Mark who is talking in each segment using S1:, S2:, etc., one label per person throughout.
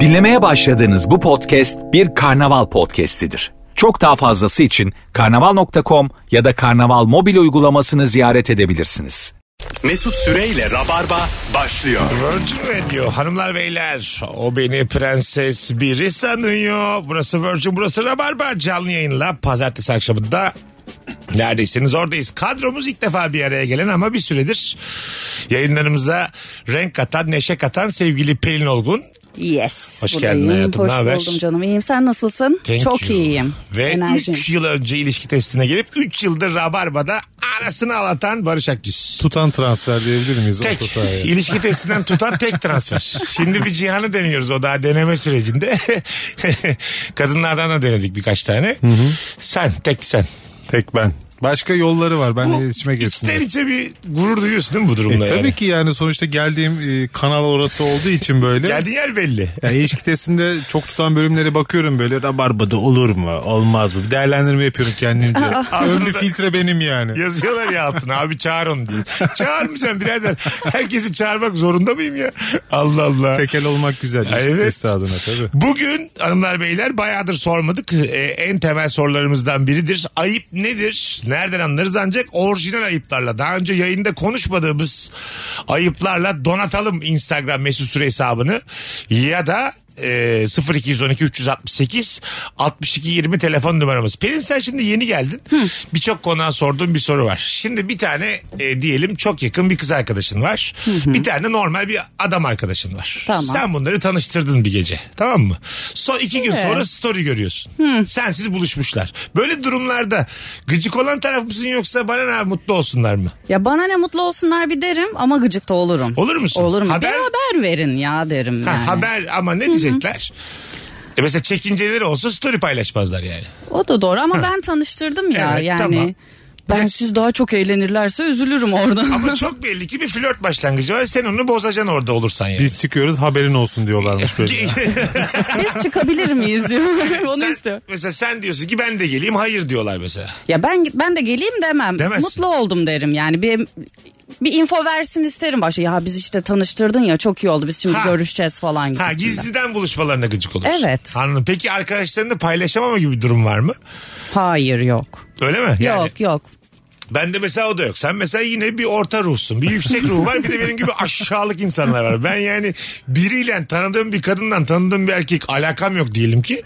S1: Dinlemeye başladığınız bu podcast bir karnaval podcastidir. Çok daha fazlası için karnaval.com ya da karnaval mobil uygulamasını ziyaret edebilirsiniz.
S2: Mesut Süreyle Rabarba başlıyor.
S3: Virgin Radio hanımlar beyler o beni prenses biri sanıyor. Burası Virgin burası Rabarba canlı yayınla pazartesi akşamında Neredeyseniz oradayız. Kadromuz ilk defa bir araya gelen ama bir süredir yayınlarımıza renk katan, neşe katan sevgili Pelin Olgun.
S4: Yes.
S3: Hoş
S4: buradayım.
S3: geldin hayatım,
S4: Hoş
S3: ne haber?
S4: buldum canım. İyiyim. Sen nasılsın?
S3: Thank
S4: Çok
S3: you.
S4: iyiyim.
S3: Ve
S4: Enerjim.
S3: 3 yıl önce ilişki testine gelip 3 yıldır Rabarba'da arasını alatan Barış Akgüz.
S5: tutan transfer diyebilir miyiz
S3: Tek.
S5: orta sahaya?
S3: İlişki testinden tutan tek transfer. Şimdi bir Cihan'ı deniyoruz o daha deneme sürecinde. Kadınlardan da denedik birkaç tane. Sen tek sen.
S5: Tek ben. Başka yolları var. Ben
S3: Bu
S5: de Hani içime
S3: içten
S5: girsin.
S3: içe bir gurur duyuyorsun değil mi bu
S5: E,
S3: durumda? yani?
S5: tabii ki yani sonuçta geldiğim e, kanal orası olduğu için böyle.
S3: Geldiğin yer belli.
S5: Yani ilişki testinde çok tutan bölümlere bakıyorum böyle rabarbada olur mu olmaz mı bir değerlendirme yapıyorum kendimce. Önlü filtre benim yani.
S3: Yazıyorlar ya altına abi çağır onu diye. Çağırmayacaksın birader. Herkesi çağırmak zorunda mıyım ya? Allah Allah.
S5: Tekel olmak güzel ilişki
S3: Evet.
S5: testi adına tabii.
S3: Bugün hanımlar beyler bayağıdır sormadık. Ee, en temel sorularımızdan biridir. Ayıp nedir? Nereden anlarız ancak orijinal ayıplarla. Daha önce yayında konuşmadığımız ayıplarla donatalım Instagram mesut süre hesabını. Ya da e, 0212 368 62 20 telefon numaramız. Pelin sen şimdi yeni geldin. Birçok konuğa sorduğum bir soru var. Şimdi bir tane e, diyelim çok yakın bir kız arkadaşın var. Bir tane de normal bir adam arkadaşın var.
S4: Tamam.
S3: Sen bunları tanıştırdın bir gece. Tamam mı? Son iki
S4: Ee?
S3: gün sonra story görüyorsun. Sensiz buluşmuşlar. Böyle durumlarda gıcık olan taraf mısın yoksa bana ne abi, mutlu olsunlar mı?
S4: Ya bana ne mutlu olsunlar bir derim ama gıcık da olurum.
S3: Olur musun?
S4: Olurum.
S3: Haber-
S4: Bir haber verin ya derim
S3: Ha,
S4: yani.
S3: haber ama ne diyecekler? E mesela çekinceleri olsa story paylaşmazlar yani.
S4: O da doğru ama ben tanıştırdım ya
S3: Evet,
S4: yani.
S3: tamam.
S4: Ben siz daha çok eğlenirlerse üzülürüm oradan.
S3: Ama çok belli ki bir flört başlangıcı var. Sen onu bozacaksın orada olursan yani.
S5: Biz çıkıyoruz haberin olsun diyorlarmış böyle.
S4: Biz çıkabilir miyiz diyor. Onu
S3: Sen-
S4: istiyor.
S3: Mesela sen diyorsun ki ben de geleyim hayır diyorlar mesela.
S4: Ya ben ben de geleyim demem.
S3: Demezsin.
S4: Mutlu oldum derim yani. Bir bir info versin isterim başta. Ya biz işte tanıştırdın ya çok iyi oldu. Biz şimdi
S3: Ha.
S4: görüşeceğiz falan
S3: Ha
S4: gibisinden.
S3: gizliden buluşmalarına gıcık olursun.
S4: Evet.
S3: Anladım. Peki arkadaşlarını paylaşamama gibi bir durum var mı?
S4: Hayır yok.
S3: Öyle mi? Yani
S4: Yok yok.
S3: Bende mesela o da yok. Sen mesela yine bir orta ruhsun. Bir yüksek ruh var bir de benim gibi aşağılık insanlar var. Ben yani biriyle tanıdığım bir kadından tanıdığım bir erkek alakam yok diyelim ki.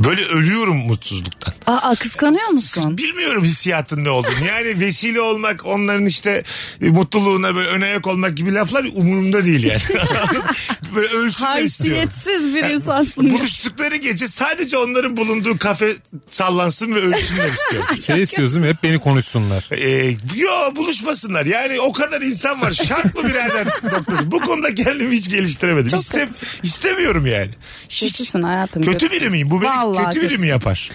S3: Böyle ölüyorum mutsuzluktan.
S4: Aa kıskanıyor musun?
S3: Bilmiyorum hissiyatın ne olduğunu. Yani vesile olmak onların işte e, mutluluğuna böyle öne ayak olmak gibi laflar umurumda değil yani. böyle ölsünler istiyorum.
S4: Haysiyetsiz bir insansın. ya.
S3: Buluştukları gece sadece onların bulunduğu kafe sallansın ve ölsünler istiyorum.
S5: şey istiyoruz değil mi? Hep beni konuşsunlar.
S3: Ee, yo buluşmasınlar. Yani o kadar insan var. Şart mı birader noktası? Bu konuda kendimi hiç geliştiremedim.
S4: Çok
S3: İstem,
S4: haklısın.
S3: istemiyorum yani. Hiç,
S4: Kötüsün hayatım,
S3: Kötü
S4: kötüsün.
S3: biri miyim? Bu beni
S4: Vallahi
S3: kötü biri mi
S4: kötüsün.
S3: yapar?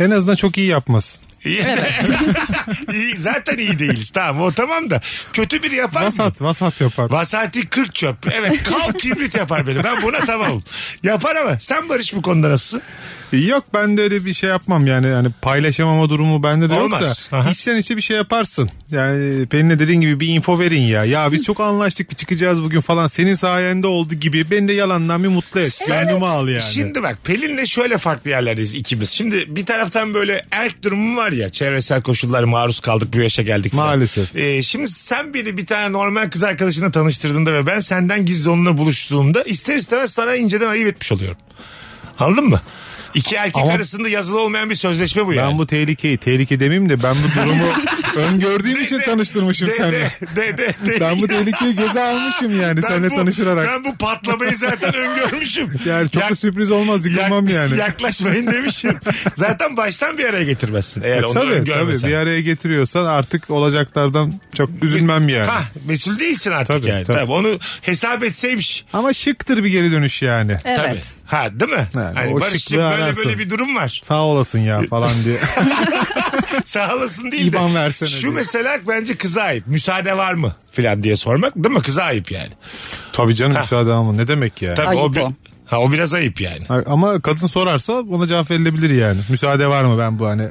S5: En azından çok iyi yapmaz.
S3: İyi. İyi, Zaten iyi değiliz. Tamam o tamam da. Kötü biri yapar mı?
S5: Vasat vasat yapar.
S3: Vasati 40 çöp. Evet kal kibrit yapar beni. Ben buna tamamım. Yapar ama sen Barış bu konuda nasılsın?
S5: Yok ben de öyle bir şey yapmam yani yani paylaşamama durumu bende de
S3: Olmaz.
S5: yok da
S3: Aha.
S5: içten içe bir şey yaparsın. Yani Pelin'e dediğin gibi bir info verin ya. Ya biz çok anlaştık bir çıkacağız bugün falan senin sayende oldu gibi beni de yalandan bir mutlu et. Gönlümü al yani.
S3: Şimdi bak Pelin'le şöyle farklı yerlerdeyiz ikimiz. Şimdi bir taraftan böyle erk durumu var ya çevresel koşullara maruz kaldık bu yaşa geldik. falan.
S5: Maalesef.
S3: Ee, şimdi sen beni bir tane normal kız arkadaşına tanıştırdığında ve ben senden gizli onunla buluştuğumda ister istemez sana inceden ayıp etmiş oluyorum. Anladın mı? İki erkek
S5: Ama-
S3: arasında yazılı olmayan bir sözleşme bu yani.
S5: Ben bu tehlikeyi tehlike demeyeyim de ben bu durumu öngördüğüm için
S3: de-
S5: tanıştırmışım
S3: de-
S5: seninle.
S3: de- de- de- de-
S5: Ben bu tehlikeyi göze almışım yani
S3: Ben
S5: seninle
S3: bu-
S5: tanışarak.
S3: Ben bu patlamayı zaten öngörmüşüm.
S5: Yani çok
S3: Ya-
S5: da sürpriz olmaz yıkılmam
S3: Yak-
S5: yani.
S3: Yaklaşmayın demişim. Zaten baştan bir araya getirmezsin. Eğer
S5: E
S3: onu
S5: tabii tabii
S3: öngörmesen.
S5: bir araya getiriyorsan artık olacaklardan çok üzülmem yani.
S3: Ha, mesul değilsin artık
S5: Tabii,
S3: yani.
S5: tabii.
S3: Tabii, onu hesap etseymiş.
S5: Ama şıktır bir geri dönüş yani.
S4: Evet.
S3: Ha değil mi?
S5: Yani
S3: hani
S5: o
S3: Barış'cığım
S5: şıklığı
S3: böyle
S5: ararsın.
S3: böyle bir durum var.
S5: Sağ olasın ya falan diye.
S3: Sağ olasın değil de.
S5: İban versene
S3: Şu
S5: diye.
S3: mesela bence kıza ayıp. Müsaade var mı? Filan diye sormak değil mi? Kıza ayıp yani.
S5: Tabii canım müsaade ama ne demek ya?
S3: Tabii o,
S4: Ayıp
S3: bi-
S4: o.
S3: Ha, o biraz ayıp yani.
S5: Ama kadın sorarsa ona cevap verilebilir yani. Müsaade var mı ben bu hani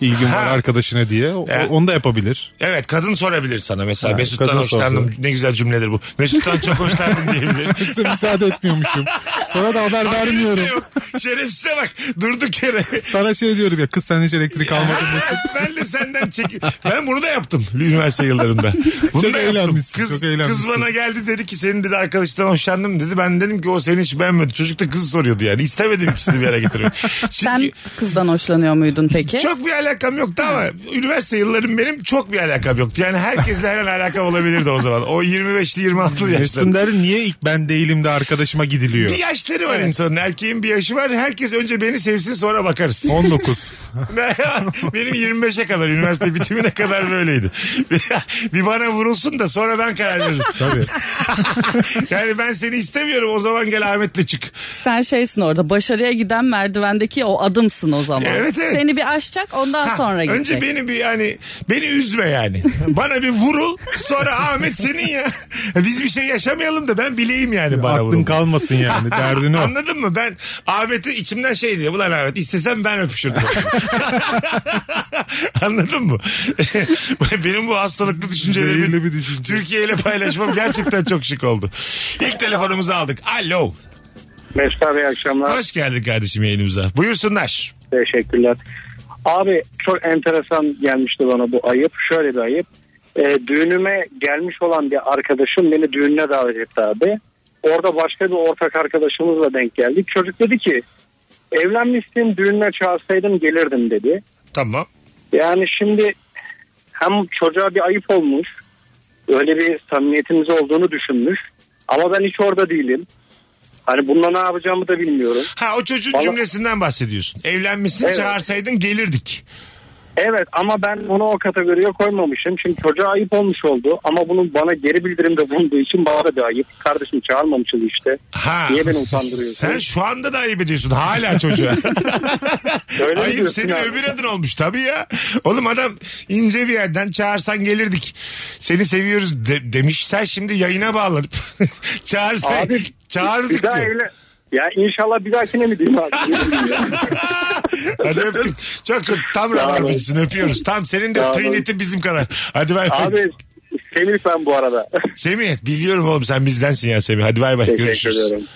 S5: ilgim var
S3: Ha.
S5: arkadaşına diye. O-
S3: Ya.
S5: onu da yapabilir.
S3: Evet kadın sorabilir sana mesela
S5: Ha,
S3: Mesut'tan
S5: kadın
S3: hoşlandım.
S5: sorsa.
S3: Ne güzel cümledir bu. Mesut'tan çok hoşlandım diyebilir.
S5: Size müsaade etmiyormuşum. Sonra da haber vermiyorum.
S3: Haberim de yok. Şerefsize bak durduk yere.
S5: Sana şey diyorum ya kız sen hiç elektrik almadın.
S3: ben de senden çek. Ben bunu da yaptım üniversite yıllarında. Bunu
S5: Çok
S3: da yaptım.
S5: eğlenmişsin,
S3: Kız,
S5: çok eğlenmişsin.
S3: kız bana geldi dedi ki senin dedi arkadaştan hoşlandım dedi. Ben dedim ki o seni hiç beğenmedi. Çocuk da kızı soruyordu yani. İstemedim ikisini bir yere getiriyorum.
S4: Sen
S3: Çünkü
S4: kızdan hoşlanıyor muydun peki?
S3: çok bir alakam yoktu ama üniversite yıllarım benim çok bir alakam yoktu. Yani herkesle her an alakam olabilirdi o zaman. O 25'li 26'lı yaşlarında.
S5: Mesut'un derdi niye ilk ben değilim de arkadaşıma gidiliyor.
S3: Bir yaşları var insanın. Erkeğin bir yaşı var. Herkes önce beni sevsin sonra bakarız.
S5: 19.
S3: Benim 25'e kadar üniversite bitimine kadar böyleydi. bir bana vurulsun da sonra ben karar veririm.
S5: Tabii.
S3: Yani ben seni istemiyorum o zaman gel Ahmet'le çık.
S4: Sen şeysin orada başarıya giden merdivendeki o adımsın o zaman.
S3: Evet, evet.
S4: Seni bir aşacak ondan
S3: Ha,
S4: sonra gidecek.
S3: Önce beni bir yani beni üzme yani. Bana bir vurul sonra Ahmet senin ya. Biz bir şey yaşamayalım da ben bileyim yani bana
S5: Aklın
S3: vurul.
S5: kalmasın yani derdin o.
S3: Anladın mı? Ben Ahmet'i içimden şey diye. Ulan Ahmet istesem ben öpüşürdüm. Anladın mı? Benim bu hastalıklı
S5: Zehirli bir
S3: düşüncelerimi
S5: düşünce.
S3: Türkiye ile paylaşmam gerçekten çok şık oldu. İlk telefonumuzu aldık. Alo.
S6: Mesut abi iyi akşamlar.
S3: Hoş geldin kardeşim yayınımıza. Buyursunlar.
S6: Teşekkürler. Abi çok enteresan gelmişti bana bu ayıp. Şöyle bir ayıp. Ee, düğünüme gelmiş olan bir arkadaşım beni düğününe davet etti abi. Orada başka bir ortak arkadaşımızla denk geldik. Çocuk dedi ki evlenmişsin düğününe çağırsaydım gelirdim dedi.
S3: Tamam.
S6: Yani şimdi hem çocuğa bir ayıp olmuş. Öyle bir samimiyetimiz olduğunu düşünmüş. Ama ben hiç orada değilim. Hani bununla ne yapacağımı da bilmiyorum.
S3: Ha o çocuğun
S6: Vallahi-
S3: cümlesinden bahsediyorsun. Evlenmişsin
S6: Evet.
S3: çağırsaydın gelirdik.
S6: Evet ama ben bunu o kategoriye koymamışım. Çünkü çocuğa ayıp olmuş oldu. Ama bunun bana geri bildirimde bulunduğu için bana da bir ayıp. Kardeşim çağırmamışız işte.
S3: Ha.
S6: Niye beni utandırıyorsun?
S3: Sen şu anda da ayıp ediyorsun hala çocuğa.
S6: Öyle mi
S3: ayıp
S6: diyorsun
S3: senin
S6: abi?
S3: öbür adın olmuş tabii ya. Oğlum adam ince bir yerden çağırsan gelirdik. Seni seviyoruz de- demiş. Sen şimdi yayına bağlanıp çağırsan
S6: Abi bir
S3: çağırdık
S6: daha
S3: diyor.
S6: evlen... Ya inşallah bir dahakine mi diyeyim abi? Ne diyeyim ya?
S3: Hadi öptük. Çok çok tam rabarbacısın öpüyoruz. Tam senin de
S6: Sağ olun.
S3: tıynetin bizim kadar. Hadi bay bay.
S6: abi Semih ben bu arada.
S3: Semih biliyorum oğlum sen bizdensin ya Semih. Hadi bay bay
S6: Teşekkür
S3: görüşürüz.
S6: ediyorum.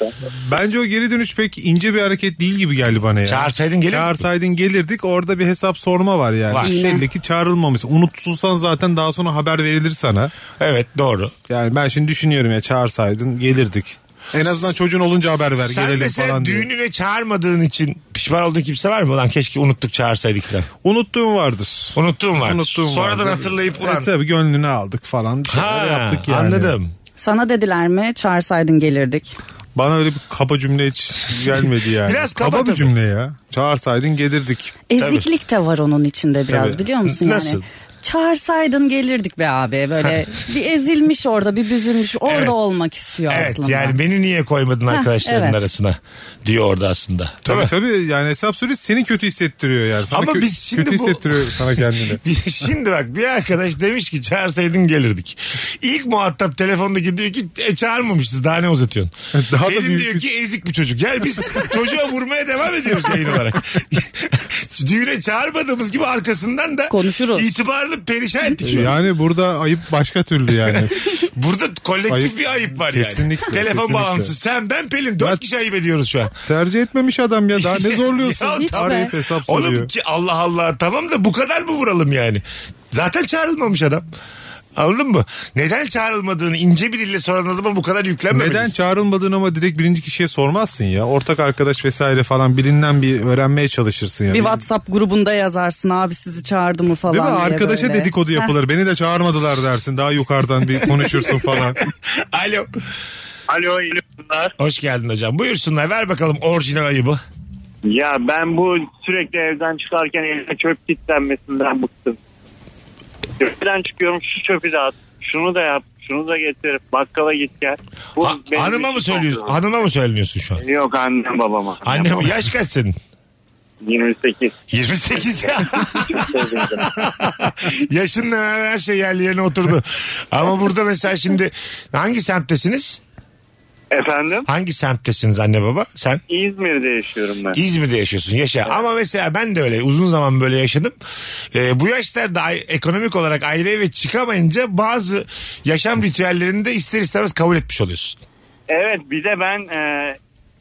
S5: Bence o geri dönüş pek ince bir hareket değil gibi geldi bana ya.
S3: Çağırsaydın gelirdik.
S5: Çağırsaydın gelirdik orada bir hesap sorma var yani.
S3: Var.
S5: Belli ki çağrılmamışsın. Unutulsan zaten daha sonra haber verilir sana.
S3: Evet doğru.
S5: Yani ben şimdi düşünüyorum ya çağırsaydın gelirdik. En azından çocuğun olunca haber ver
S3: Sen
S5: gelelim
S3: mesela
S5: falan diye.
S3: düğününe çağırmadığın için pişman olduğun kimse var mı? Ulan keşke unuttuk çağırsaydık falan.
S5: Unuttuğum vardır.
S3: Unuttuğum var.
S5: Unuttuğum
S3: Sonradan
S5: vardır.
S3: hatırlayıp ulan.
S5: E, tabii gönlünü aldık falan. Bir
S3: ha,
S5: şeyler yaptık yani.
S3: Anladım.
S4: Sana dediler mi çağırsaydın gelirdik.
S5: Bana öyle bir kaba cümle hiç gelmedi yani.
S3: Biraz kaba
S5: bir
S3: tabii.
S5: cümle ya. Çağırsaydın gelirdik.
S4: Eziklik de var onun içinde biraz
S5: Tabii.
S4: biliyor musun?
S3: Nasıl?
S4: Yani çağırsaydın gelirdik be abi böyle bir ezilmiş orada bir büzülmüş orada
S3: Evet.
S4: olmak istiyor
S3: Evet
S4: aslında.
S3: yani beni niye koymadın arkadaşların
S4: evet.
S3: arasına diyor orada aslında. Değil
S5: Tabii
S3: mi?
S5: tabii yani hesap sürüş seni kötü hissettiriyor yani. Sana
S3: Ama
S5: kö-
S3: biz şimdi
S5: kötü
S3: bu-
S5: hissettiriyor sana kendini.
S3: Bir- Şimdi bak bir arkadaş demiş ki çağırsaydın gelirdik. İlk muhatap telefondaki diyor ki "E, çağırmamışsınız daha ne uzatıyorsun?
S5: Daha da
S3: Pelin
S5: büyük
S3: diyor
S5: bir-
S3: ki ezik bu çocuk. Yani biz çocuğa vurmaya devam ediyoruz yayın olarak. Düğüne çağırmadığımız gibi arkasından da
S4: Konuşuruz.
S3: itibarlı perişan
S5: E,
S3: ettik şu an.
S5: yani burada ayıp başka türlü yani.
S3: Burada kolektif
S5: Ayıp.
S3: bir ayıp var
S5: Kesinlikle,
S3: yani. Telefon
S5: kesinlikle.
S3: bağlantısı sen ben Pelin dört
S5: Ben-
S3: kişi ayıp ediyoruz şu an.
S5: Tercih etmemiş adam ya daha ne zorluyorsun?
S3: Ya
S4: Hiç be.
S5: Arayıp hesap soruyor.
S3: Oğlum ki Allah Allah tamam da bu kadar mı vuralım yani? Zaten çağrılmamış adam. Anladın mı? Neden çağrılmadığını ince bir dille soran adama bu kadar yüklenmemeliyiz.
S5: Neden çağrılmadığını ama direkt birinci kişiye sormazsın ya. Ortak arkadaş vesaire falan birinden bir öğrenmeye çalışırsın yani.
S4: Bir WhatsApp grubunda yazarsın abi sizi çağırdı mı falan
S5: Değil mi?
S4: diye
S5: Arkadaşa
S4: böyle.
S5: dedikodu yapılır. Beni de çağırmadılar dersin. Daha yukarıdan bir konuşursun falan.
S3: Alo.
S7: Alo iyi günler.
S3: Hoş geldin hocam. Buyursunlar ver bakalım orijinal ayıbı.
S7: Ya ben bu sürekli evden çıkarken eline çöp kitlenmesinden bıktım. Evden çıkıyorum şu çöpü de at. Şunu da yap. Şunu da getir. Bakkala git gel. Bu
S3: Ha-
S7: benim
S3: hanıma
S7: için
S3: mı söylüyorsun?
S7: çok zor.
S3: Hanıma mı söylüyorsun şu an?
S7: Yok annem babama.
S3: Annem yaş kaç senin?
S7: 28.
S3: 28 ya. Yaşınla beraber her şey yerli yerine oturdu. Ama burada mesela şimdi hangi semttesiniz?
S7: Efendim?
S3: Hangi semttesiniz anne baba? Sen
S7: İzmir'de yaşıyorum ben.
S3: İzmir'de yaşıyorsun yaşa. Ama mesela ben de öyle uzun zaman böyle yaşadım. Ee, bu yaşlarda ay- ekonomik olarak ayrı eve çıkamayınca bazı yaşam ritüellerini de ister istemez kabul etmiş oluyorsun.
S7: Evet bir de ben e,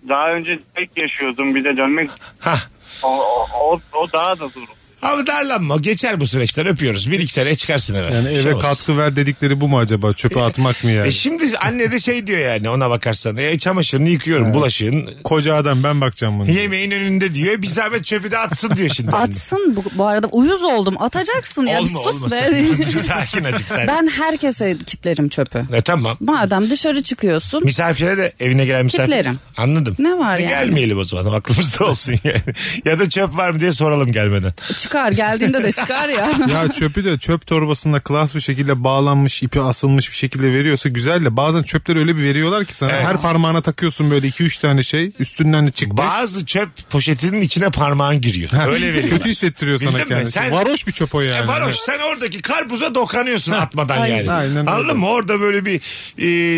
S7: daha önce tek yaşıyordum bir de dönmek
S3: Hah.
S7: o, o, o, o daha da zor.
S3: Abi darlanma geçer bu süreçler öpüyoruz. Bir iki sene çıkarsın eve.
S5: Yani
S3: Bir şey
S5: eve
S3: olmaz.
S5: katkı ver dedikleri bu mu acaba? Çöpe atmak mı yani?
S3: E şimdi anne de şey diyor yani ona bakarsan. E çamaşırını yıkıyorum bulaşığın.
S5: Koca adam ben bakacağım bunu.
S3: Yemeğin önünde diyor. Bir zahmet çöpü de atsın diyor şimdi. anne.
S4: Atsın bu, bu arada uyuz oldum atacaksın ya
S3: Olma
S4: bir sus
S3: olmasın.
S4: be.
S3: Sakin acık sen.
S4: ben herkese kitlerim çöpü.
S3: E tamam.
S4: Madem dışarı çıkıyorsun
S3: Misafire de evine gelen misafir.
S4: Kitlerim.
S3: Anladım. E,
S4: Ne var yani?
S3: Gelmeyelim o zaman aklımızda olsun yani. ya da çöp var mı diye soralım gelmeden.
S4: çıkar geldiğinde de çıkar ya.
S5: Ya çöpü de çöp torbasında klas bir şekilde bağlanmış, ipi asılmış bir şekilde veriyorsa güzel de bazen çöpleri öyle bir veriyorlar ki sana
S3: Evet.
S5: her parmağına takıyorsun böyle 2-3 tane şey üstünden de çıkmış.
S3: Bazı çöp poşetinin içine parmağın giriyor.
S5: Ha,
S3: Öyle veriyor.
S5: Kötü hissettiriyor sana
S3: Bildin mi?
S5: kendini.
S3: Sen-
S5: Varoş bir çöp o yani.
S3: E Baroş sen oradaki karpuza dokanıyorsun atmadan
S5: aynen.
S3: yani.
S5: Aynen
S3: Anladın
S5: öyle.
S3: mı? Orada böyle bir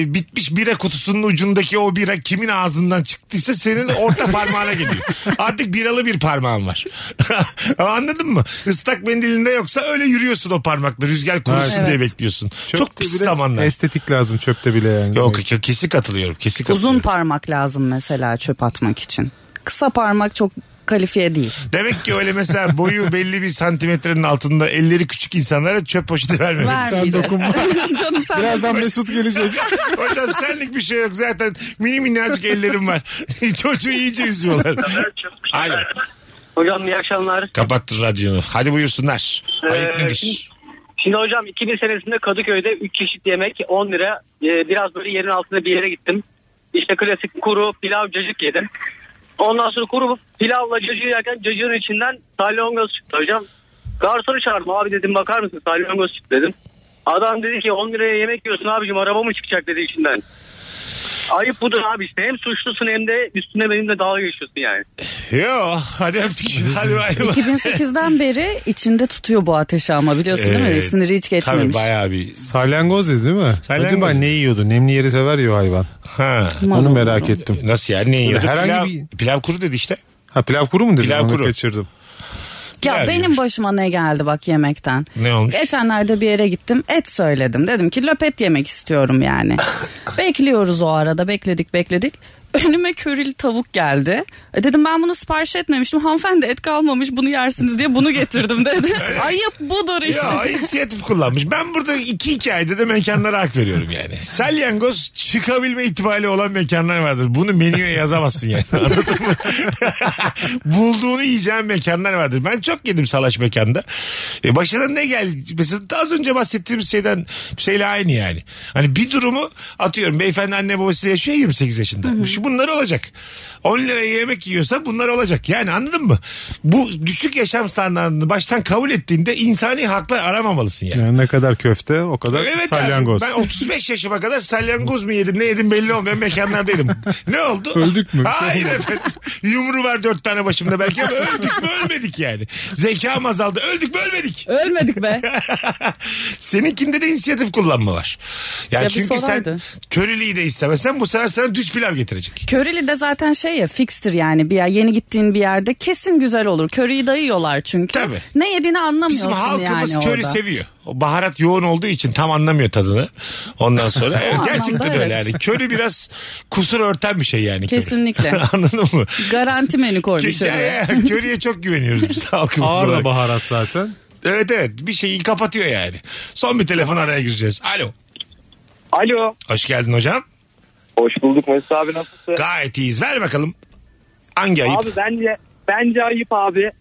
S3: e, bitmiş bira kutusunun ucundaki o bira kimin ağzından çıktıysa senin orta parmağına geliyor. Artık biralı bir parmağın var. Anladın mı? Islak mendilinde yoksa öyle yürüyorsun o parmakla. Rüzgar kurusun
S5: Evet.
S3: diye bekliyorsun.
S5: Çöpte
S3: Çok pis
S5: bile
S3: zamanlar.
S5: Estetik lazım çöpte bile yani.
S3: Yok kesin katılıyorum. Kesin katılıyorum.
S4: Uzun parmak lazım mesela çöp atmak için. Kısa parmak çok kalifiye değil.
S3: Demek ki öyle mesela boyu belli bir santimetrenin altında elleri küçük insanlara çöp poşeti vermemelisin.
S5: dokunma.
S4: Canım sen
S5: Birazdan Mesut gelecek.
S3: Hocam senlik bir şey yok zaten. Mini minnacık ellerim var. Çocuğu iyice üzüyorlar. Alo.
S8: Hocam iyi akşamlar.
S3: Kapattın radyonu. Hadi buyursunlar. Ayıp
S8: Ee, şimdi,
S3: nedir?
S8: şimdi hocam 2000 senesinde Kadıköy'de 3 çeşit yemek 10 lira. Ee, biraz böyle yerin altında bir yere gittim. İşte klasik kuru pilav cacık yedim. Ondan sonra kuru pilavla cacığı yerken cacığın içinden salyangoz çıktı hocam. Garsonu çağırdım abi dedim bakar mısın salyangoz çıktı dedim. Adam dedi ki 10 liraya yemek yiyorsun abicim araba mı çıkacak dedi içinden. Ayıp budur abi işte hem suçlusun hem de üstüne benimle dalga geçiyorsun yani.
S3: Yo hadi öptük. Hadi bay bay.
S4: 2008'den beri içinde tutuyor bu ateşi ama biliyorsun değil mi?
S3: Ee,
S4: Siniri hiç
S3: Tabii
S4: geçmemiş.
S3: bayağı bir.
S5: Salyangoz dedi değil mi?
S3: Salyangoz.
S5: Acaba ne yiyordu? Nemli yeri sever ya o hayvan.
S3: Ha.
S5: Onu
S4: Aman
S5: merak ettim.
S3: Nasıl yani ne yiyordu?
S5: herhangi
S3: Pilav,
S5: bir-
S3: pilav kuru dedi işte.
S5: Ha pilav kuru mu dedi?
S3: Pilav
S5: Onu
S3: kuru.
S5: kaçırdım.
S4: Ya
S3: Pilav
S4: benim
S3: yiyormuş.
S4: başıma ne geldi bak yemekten.
S3: Ne olmuş?
S4: Geçenlerde bir yere gittim et söyledim. Dedim ki löpet yemek istiyorum yani. Bekliyoruz o arada bekledik bekledik. Önüme körili tavuk geldi. E dedim ben bunu sipariş etmemiştim. Hanımefendi et kalmamış bunu yersiniz diye bunu getirdim dedi. Ayıp budur işte.
S3: Ya inisiyatif kullanmış. Ben burada iki hikayede de mekanlara hak veriyorum yani. Salyangoz çıkabilme ihtimali olan mekanlar vardır. Bunu menüye yazamazsın yani. Anladın mı? Bulduğunu yiyeceğin mekanlar vardır. Ben çok yedim salaş mekanda. E başına ne geldi? Mesela az önce bahsettiğimiz şeyden şeyle aynı yani. Hani bir durumu atıyorum beyefendi anne babasıyla yaşıyor ya 28 yaşında. Şu Bunlar olacak. 10 liraya yemek yiyorsa bunlar olacak. Yani anladın mı? Bu düşük yaşam standartını baştan kabul ettiğinde insani haklar aramamalısın yani.
S5: Yani ne kadar köfte o kadar
S3: Evet
S5: salyangoz.
S3: abi, ben 35 yaşıma kadar salyangoz mu yedim ne yedim belli olmayan mekanlardaydım. Ne oldu?
S5: Öldük mü?
S3: Hayır efendim. Yumru var dört tane başımda belki ama öldük mü ölmedik yani. Zekam azaldı öldük mü ölmedik.
S4: Ölmedik be.
S3: Seninkinde de inisiyatif kullanma var. Yani
S4: Ya bir
S3: çünkü sen
S4: sorardı.
S3: köriliği de istemesen bu sefer sana düz pilav getirecek.
S4: Körili de zaten şey ya fikstir yani bir yer yeni gittiğin bir yerde kesin güzel olur. Köriyi dayıyorlar çünkü.
S3: Tabii.
S4: Ne yediğini anlamıyorsun
S3: Bizim halkımız
S4: yani
S3: köri
S4: orada.
S3: seviyor. O baharat yoğun olduğu için tam anlamıyor tadını. Ondan sonra Evet,
S4: anlamda
S3: gerçekten öyle
S4: evet.
S3: yani. Köri biraz kusur örten bir şey yani. köri.
S4: Kesinlikle. şey
S3: Anladın mı?
S4: Garanti menü koymuş
S3: Kö-
S4: öyle.
S3: ya- ya, Körüye çok güveniyoruz biz halkımız
S5: Ağır da
S3: olarak.
S5: baharat zaten.
S3: Evet evet bir şeyi kapatıyor yani. Son bir telefon araya gireceğiz. Alo.
S8: Alo.
S3: Hoş geldin hocam.
S8: Hoş bulduk Mesut abi nasılsın?
S3: Gayet iyiyiz. Ver bakalım. Hangi ayıp?
S8: Abi bence bence ayıp abi.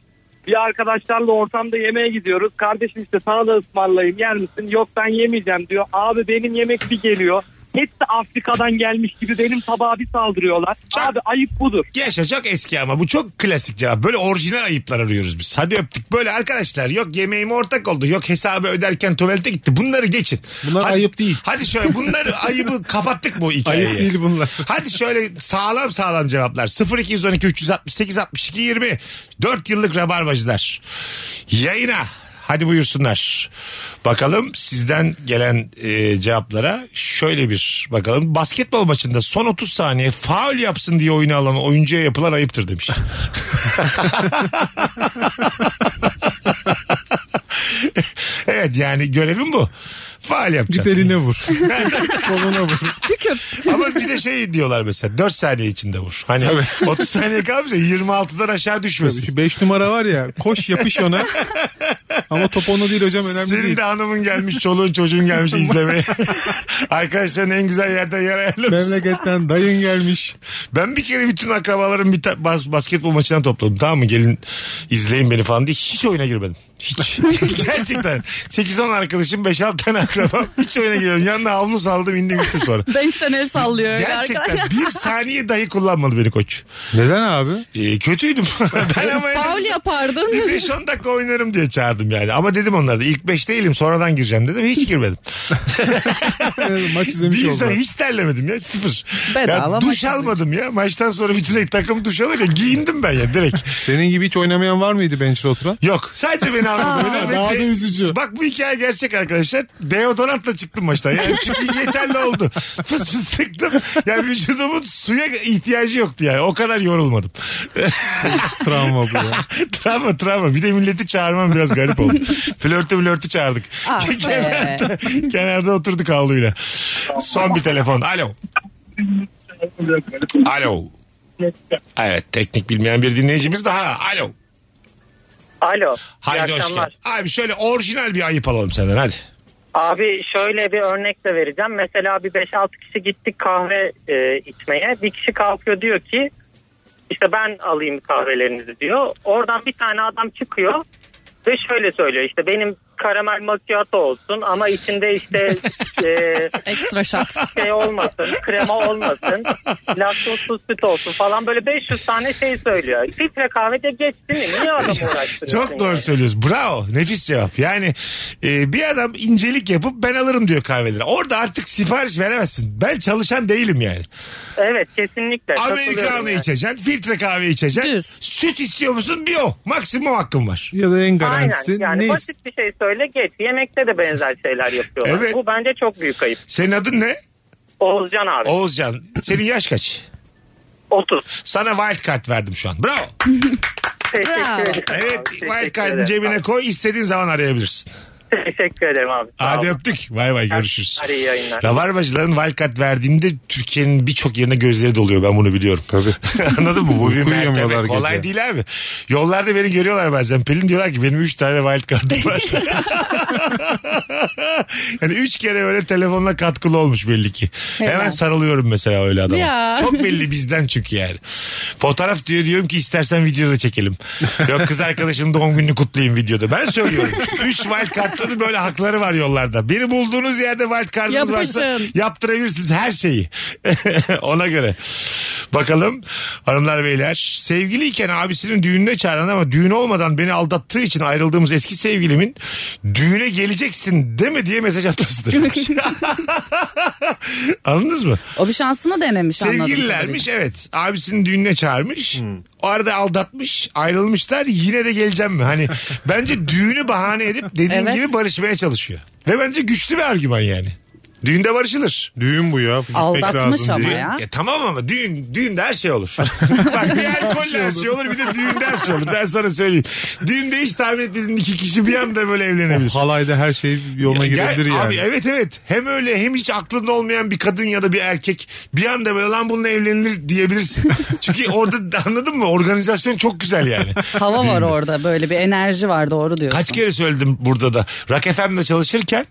S8: Bir arkadaşlarla ortamda yemeğe gidiyoruz. Kardeşim işte sana da ısmarlayayım yer misin? Yok ben yemeyeceğim diyor. Abi benim yemek bir geliyor. Hepsi Afrika'dan gelmiş gibi benim tabağa bir saldırıyorlar.
S3: Çak.
S8: Abi ayıp budur.
S3: Yaşa çok eski ama bu çok klasik cevap. Böyle orijinal ayıplar arıyoruz biz. Hadi öptük. Böyle arkadaşlar yok yemeğime ortak oldu. Yok hesabı öderken tuvalete gitti. Bunları geçin.
S5: Bunlar
S3: Hadi-
S5: ayıp değil.
S3: Hadi şöyle bunları ayıbı kapattık bu hikayeyi.
S5: Ayıp değil bunlar.
S3: Hadi şöyle sağlam sağlam cevaplar. 0212 368 62 20 4 yıllık rabarbacılar. Yayına Hadi buyursunlar. Bakalım sizden gelen e, cevaplara şöyle bir bakalım. Basketbol maçında son 30 saniye faul yapsın diye oyunu alan oyuncuya yapılan ayıptır demiş. evet yani görevim bu. Faal
S5: Git
S3: yapacaksın.
S5: eline vur. Koluna vur.
S4: Tükür.
S3: Ama bir de şey diyorlar mesela 4 saniye içinde vur. Hani 30 saniye kalmışsa 26'dan aşağı düşmesin.
S5: Şu 5 numara var ya koş yapış ona. Ama top ona değil hocam önemli
S3: Senin
S5: değil.
S3: de hanımın gelmiş, çoluğun çocuğun gelmiş izlemeye. Arkadaşların en güzel yerden yer ayarlamış.
S5: Memleketten dayın gelmiş.
S3: Ben bir kere bütün akrabalarım bir ta- bas- basketbol maçından topladım tamam mı? Gelin izleyin beni falan diye hiç oyuna girmedim. Hiç. Gerçekten. 8-10 arkadaşım 5-6 tane akrabam hiç oyuna girmedim. Yanına havlu saldım indim gittim sonra.
S4: Bençten el sallıyor. öyle
S3: Gerçekten
S4: arkadaşlar.
S3: bir saniye dahi kullanmadı beni koç.
S5: Neden abi?
S3: Ee, kötüydüm. ben ama en
S4: Faul yapardın.
S3: 5-10 dakika oynarım diye çağırdım yani. Ama dedim onlara da ilk 5 değilim sonradan gireceğim dedim. Hiç girmedim.
S5: Ee, Maç izlemiş
S3: Bir
S5: oldu.
S3: insan hiç terlemedim ya sıfır.
S4: Bedava
S3: ya, duş
S4: maç
S3: almadım ya. Maçtan sonra bütün takım duş alır ya giyindim ben ya direkt.
S5: Senin gibi hiç oynamayan var mıydı bench'te oturan?
S3: Yok sadece beni almadı. Öyle ve
S5: daha
S3: de-
S5: da üzücü.
S3: Bak bu hikaye gerçek arkadaşlar. Deodorantla çıktım maçtan. Yani çünkü yeterli oldu. Fıs fıs sıktım. Yani vücudumun suya ihtiyacı yoktu yani. O kadar yorulmadım.
S5: Travma bu ya.
S3: travma travma. Bir de milleti çağırmam biraz garip oldu. flörtü flörtü çağırdık.
S4: Ah be.
S3: kenarda, kenarda oturduk havluyla. Son bir telefon. Alo. Alo. Evet teknik bilmeyen bir dinleyicimiz daha. Alo.
S9: Alo.
S3: Haydi
S9: iyi
S3: hoş
S9: akşamlar.
S3: geldin. Abi şöyle orijinal bir ayıp alalım senden hadi.
S9: Abi şöyle bir örnek de vereceğim. Mesela bir 5-6 kişi gittik kahve e, içmeye. Bir kişi kalkıyor diyor ki işte ben alayım kahvelerinizi diyor. Oradan bir tane adam çıkıyor ve şöyle söylüyor işte benim karamel macchiato olsun ama içinde işte e,
S4: Ekstra şat.
S9: şey olmasın, krema olmasın, laktozsuz süt olsun falan böyle 500 tane şey söylüyor. Filtre kahve de geçsin niye adam uğraştırıyorsun?
S3: Çok doğru söylüyorsun. Bravo. Nefis cevap. Yani e, bir adam incelik yapıp ben alırım diyor kahveleri. Orada artık sipariş veremezsin. Ben çalışan değilim yani.
S9: Evet kesinlikle.
S3: Amerikanı
S9: Katılıyorum
S3: içeceksin, filtre kahve içeceksin.
S4: Düz.
S3: Süt istiyor musun? Bir o. Maksimum hakkım var.
S5: Ya da en garantisi
S9: Aynen yani
S5: ne ist-
S9: basit bir şey söyle geç. Yemekte de benzer şeyler yapıyorlar.
S3: Evet.
S9: Bu bence çok büyük ayıp.
S3: Senin adın ne?
S9: Oğuzcan abi
S3: Oğuzcan. Senin yaş kaç?
S9: 30.
S3: Sana wild card verdim şu an. Bravo.
S9: Teşekkür
S4: Bravo.
S9: ederim.
S3: Evet,
S9: abi,
S3: wild
S9: teşekkür
S3: card'ını
S9: ederim.
S3: cebine koy. istediğin zaman arayabilirsin.
S9: Teşekkür ederim abi. sağ
S3: Hadi
S9: olun.
S3: öptük. Bay bay görüşürüz.
S9: Hadi iyi yayınlar.
S3: Rabarbacıların wildcard verdiğinde Türkiye'nin birçok yerine gözleri doluyor. Ben bunu biliyorum.
S5: Tabii.
S3: Anladın mı? Bu bir
S5: Uyku
S3: mertebe.
S5: uyuyamıyorlar
S3: Kolay
S5: gece.
S3: değil abi. Yollarda beni görüyorlar bazen. Pelin diyorlar ki benim 3 tane wildcard'ım var. yani 3 kere öyle telefonla katkılı olmuş belli ki. Hemen sarılıyorum mesela öyle adama.
S4: Ya.
S3: Çok belli bizden çünkü yani. Fotoğraf diyor diyorum ki istersen videoda çekelim. Yok kız arkadaşının doğum gününü kutlayayım videoda. Ben söylüyorum. 3 wildcard'ların böyle hakları var yollarda. Beni bulduğunuz yerde wildcard'ınız varsa
S4: Yapışın.
S3: yaptırabilirsiniz her şeyi. Ona göre. Bakalım hanımlar beyler. Sevgiliyken abisinin düğününe çağıran ama düğün olmadan beni aldattığı için ayrıldığımız eski sevgilimin düğüne geleceksin deme diye mesaj atmasıdır. Anladınız mı?
S4: O bir şansını denemiş anladım.
S3: Sevgililermiş evet. Abisinin düğününe çağırmış. O arada aldatmış. Ayrılmışlar. Yine de geleceğim mi? Hani bence düğünü bahane edip dediğin
S4: Evet.
S3: gibi barışmaya çalışıyor. Ve bence güçlü bir argüman yani. Düğünde barışılır.
S5: Düğün bu ya. Gitmek
S4: Aldatmış
S5: lazım
S4: ama
S5: diye.
S4: ya.
S3: Ya tamam ama düğün düğünde her şey olur. Bak bir alkolle her şey olur bir de düğünde her şey olur. Ben sana söyleyeyim. Düğünde hiç tahmin etmediğin iki kişi bir anda böyle evlenebilir.
S5: Halayda her şey yoluna
S3: Gel-
S5: girebilir yani.
S3: Abi evet evet. Hem öyle hem hiç aklında olmayan bir kadın ya da bir erkek bir anda böyle lan bununla evlenilir diyebilirsin. Çünkü orada da- anladın mı? Organizasyon çok güzel yani.
S4: Hava var orada böyle bir enerji var doğru diyorsun.
S3: şey- Kaç kere söyledim burada da. Rock FM'de çalışırken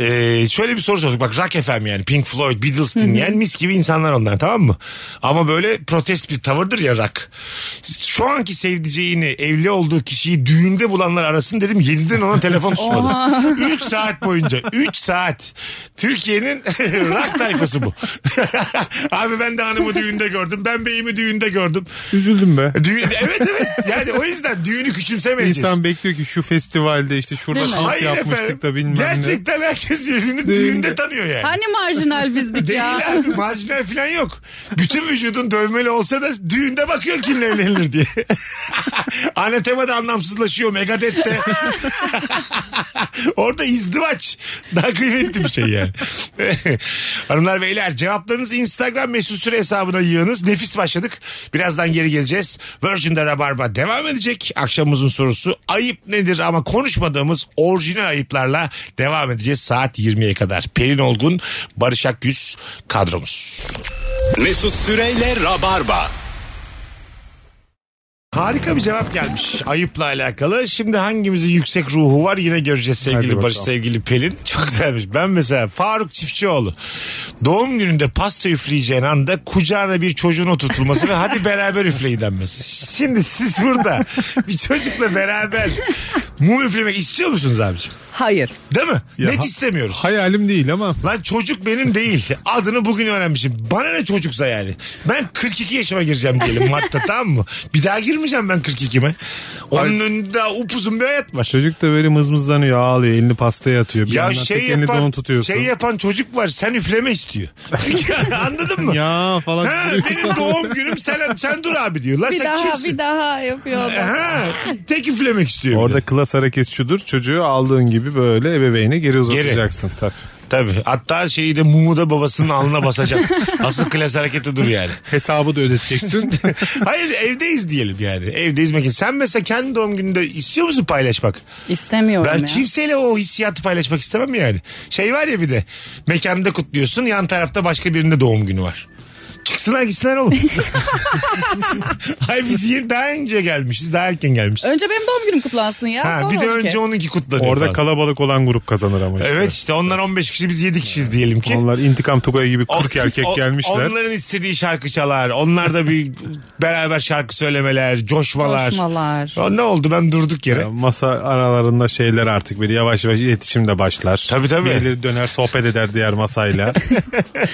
S3: e, şöyle bir soru sorduk. Bak Rock FM yani Pink Floyd, Beatles dinleyen mis gibi insanlar onlar tamam mı? Ama böyle protest bir tavırdır ya rock. Şu anki sevdiceğini, evli olduğu kişiyi düğünde bulanlar arasın dedim. 7'den ona telefon tutmadı. 3 saat boyunca. 3 saat. Türkiye'nin rock tayfası bu. Abi ben de hanımı düğünde gördüm. Ben beyimi düğünde gördüm.
S5: Üzüldüm be.
S3: Düğün, evet evet. Yani o yüzden düğünü küçümsemeyeceğiz.
S5: İnsan bekliyor ki şu festivalde işte şurada kamp yapmıştık da bilmem ne.
S3: Gerçekten herkes birbirini düğünde tanıyor yani.
S4: Hani marjinal bizdik
S3: Değil
S4: ya.
S3: abi marjinal falan yok. Bütün vücudun dövmeli olsa da düğünde bakıyor kimle evlenilir diye. Anatema da anlamsızlaşıyor Megadeth'te. Orada izdivaç daha kıymetli bir şey yani. Hanımlar beyler cevaplarınızı Instagram mesut süre hesabına yığınız. Nefis başladık. Birazdan geri geleceğiz. Virgin'de Rabarba devam edecek. Akşamımızın sorusu ayıp nedir ama konuşmadığımız orijinal ayıplarla devam edeceğiz saat 20'ye kadar. Pelin Olgun, Barış Akgüz kadromuz.
S2: Mesut Süreyle Rabarba.
S3: Harika bir cevap gelmiş ayıpla alakalı. Şimdi hangimizin yüksek ruhu var yine göreceğiz
S5: Hadi
S3: sevgili
S5: bakalım.
S3: Barış, sevgili Pelin. Çok güzelmiş. Ben mesela Faruk Çiftçioğlu doğum gününde pasta üfleyeceğin anda kucağına bir çocuğun oturtulması ve hadi beraber üfleyin denmesi. Şimdi siz burada bir çocukla beraber mum üflemek istiyor musunuz abiciğim?
S4: Hayır.
S3: Değil mi?
S5: Ya
S3: Net
S5: ha-
S3: istemiyoruz.
S5: Hayalim değil ama
S3: Lan çocuk benim değil. Adını bugün öğrenmişim. Bana ne çocuksa yani. Ben 42 yaşıma gireceğim diyelim Mart'ta tamam mı? Bir daha girmeyeceğim ben 42'me. Onun önünde daha upuzun bir hayat var.
S5: çocuk da böyle mızmızlanıyor ağlıyor elini pastaya atıyor. Bir
S3: Ya
S5: yandan
S3: şey
S5: tek elini de
S3: yapan,
S5: onu tutuyorsun.
S3: şey yapan çocuk var sen üfleme istiyor. Ya Anladın mı?
S5: ya falan.
S3: Ha,
S5: duruyor.
S3: benim doğum günüm sen, sen dur abi diyor. Lan
S4: Bir
S3: sen
S4: daha
S3: kimsin?
S4: bir daha yapıyor.
S3: Ha, tek üflemek istiyor. bir
S5: Orada
S3: de.
S5: klas hareket şudur. Çocuğu aldığın gibi böyle ebeveyne geri uzatacaksın. Tabii.
S3: Tabii. Hatta şeyi de mumu da babasının alnına basacak. Asıl klas hareketi dur yani.
S5: Hesabı da ödeteceksin.
S3: Hayır evdeyiz diyelim yani. Evdeyiz mekan. Sen mesela kendi doğum gününde istiyor musun paylaşmak?
S4: İstemiyorum
S3: Ben
S4: ya.
S3: kimseyle o hissiyatı paylaşmak istemem yani. Şey var ya bir de mekanda kutluyorsun yan tarafta başka birinde doğum günü var. Çıksınlar gitsinler oğlum. Hayır biz yeni daha önce gelmişiz daha erken gelmişiz.
S4: Önce benim doğum günüm kutlansın ya.
S3: ha,
S4: sonra
S3: bir de
S4: onunki.
S3: önce onunki kutlanıyor
S5: Orada
S3: Orada falan.
S5: kalabalık olan grup kazanır ama işte.
S3: Evet işte onlar 15 kişi biz 7 kişiyiz diyelim ki.
S5: Onlar intikam tugayı gibi
S3: O-
S5: 40 erkek
S3: o-
S5: gelmişler.
S3: Onların istediği şarkı çalar. Onlar da bir beraber şarkı söylemeler, coşmalar.
S4: Konuşmalar.
S3: O Ne oldu ben durduk yere.
S5: Ya Masa aralarında şeyler artık böyle yavaş yavaş iletişim de başlar.
S3: Tabii, tabii.
S5: Birileri döner sohbet eder diğer masayla.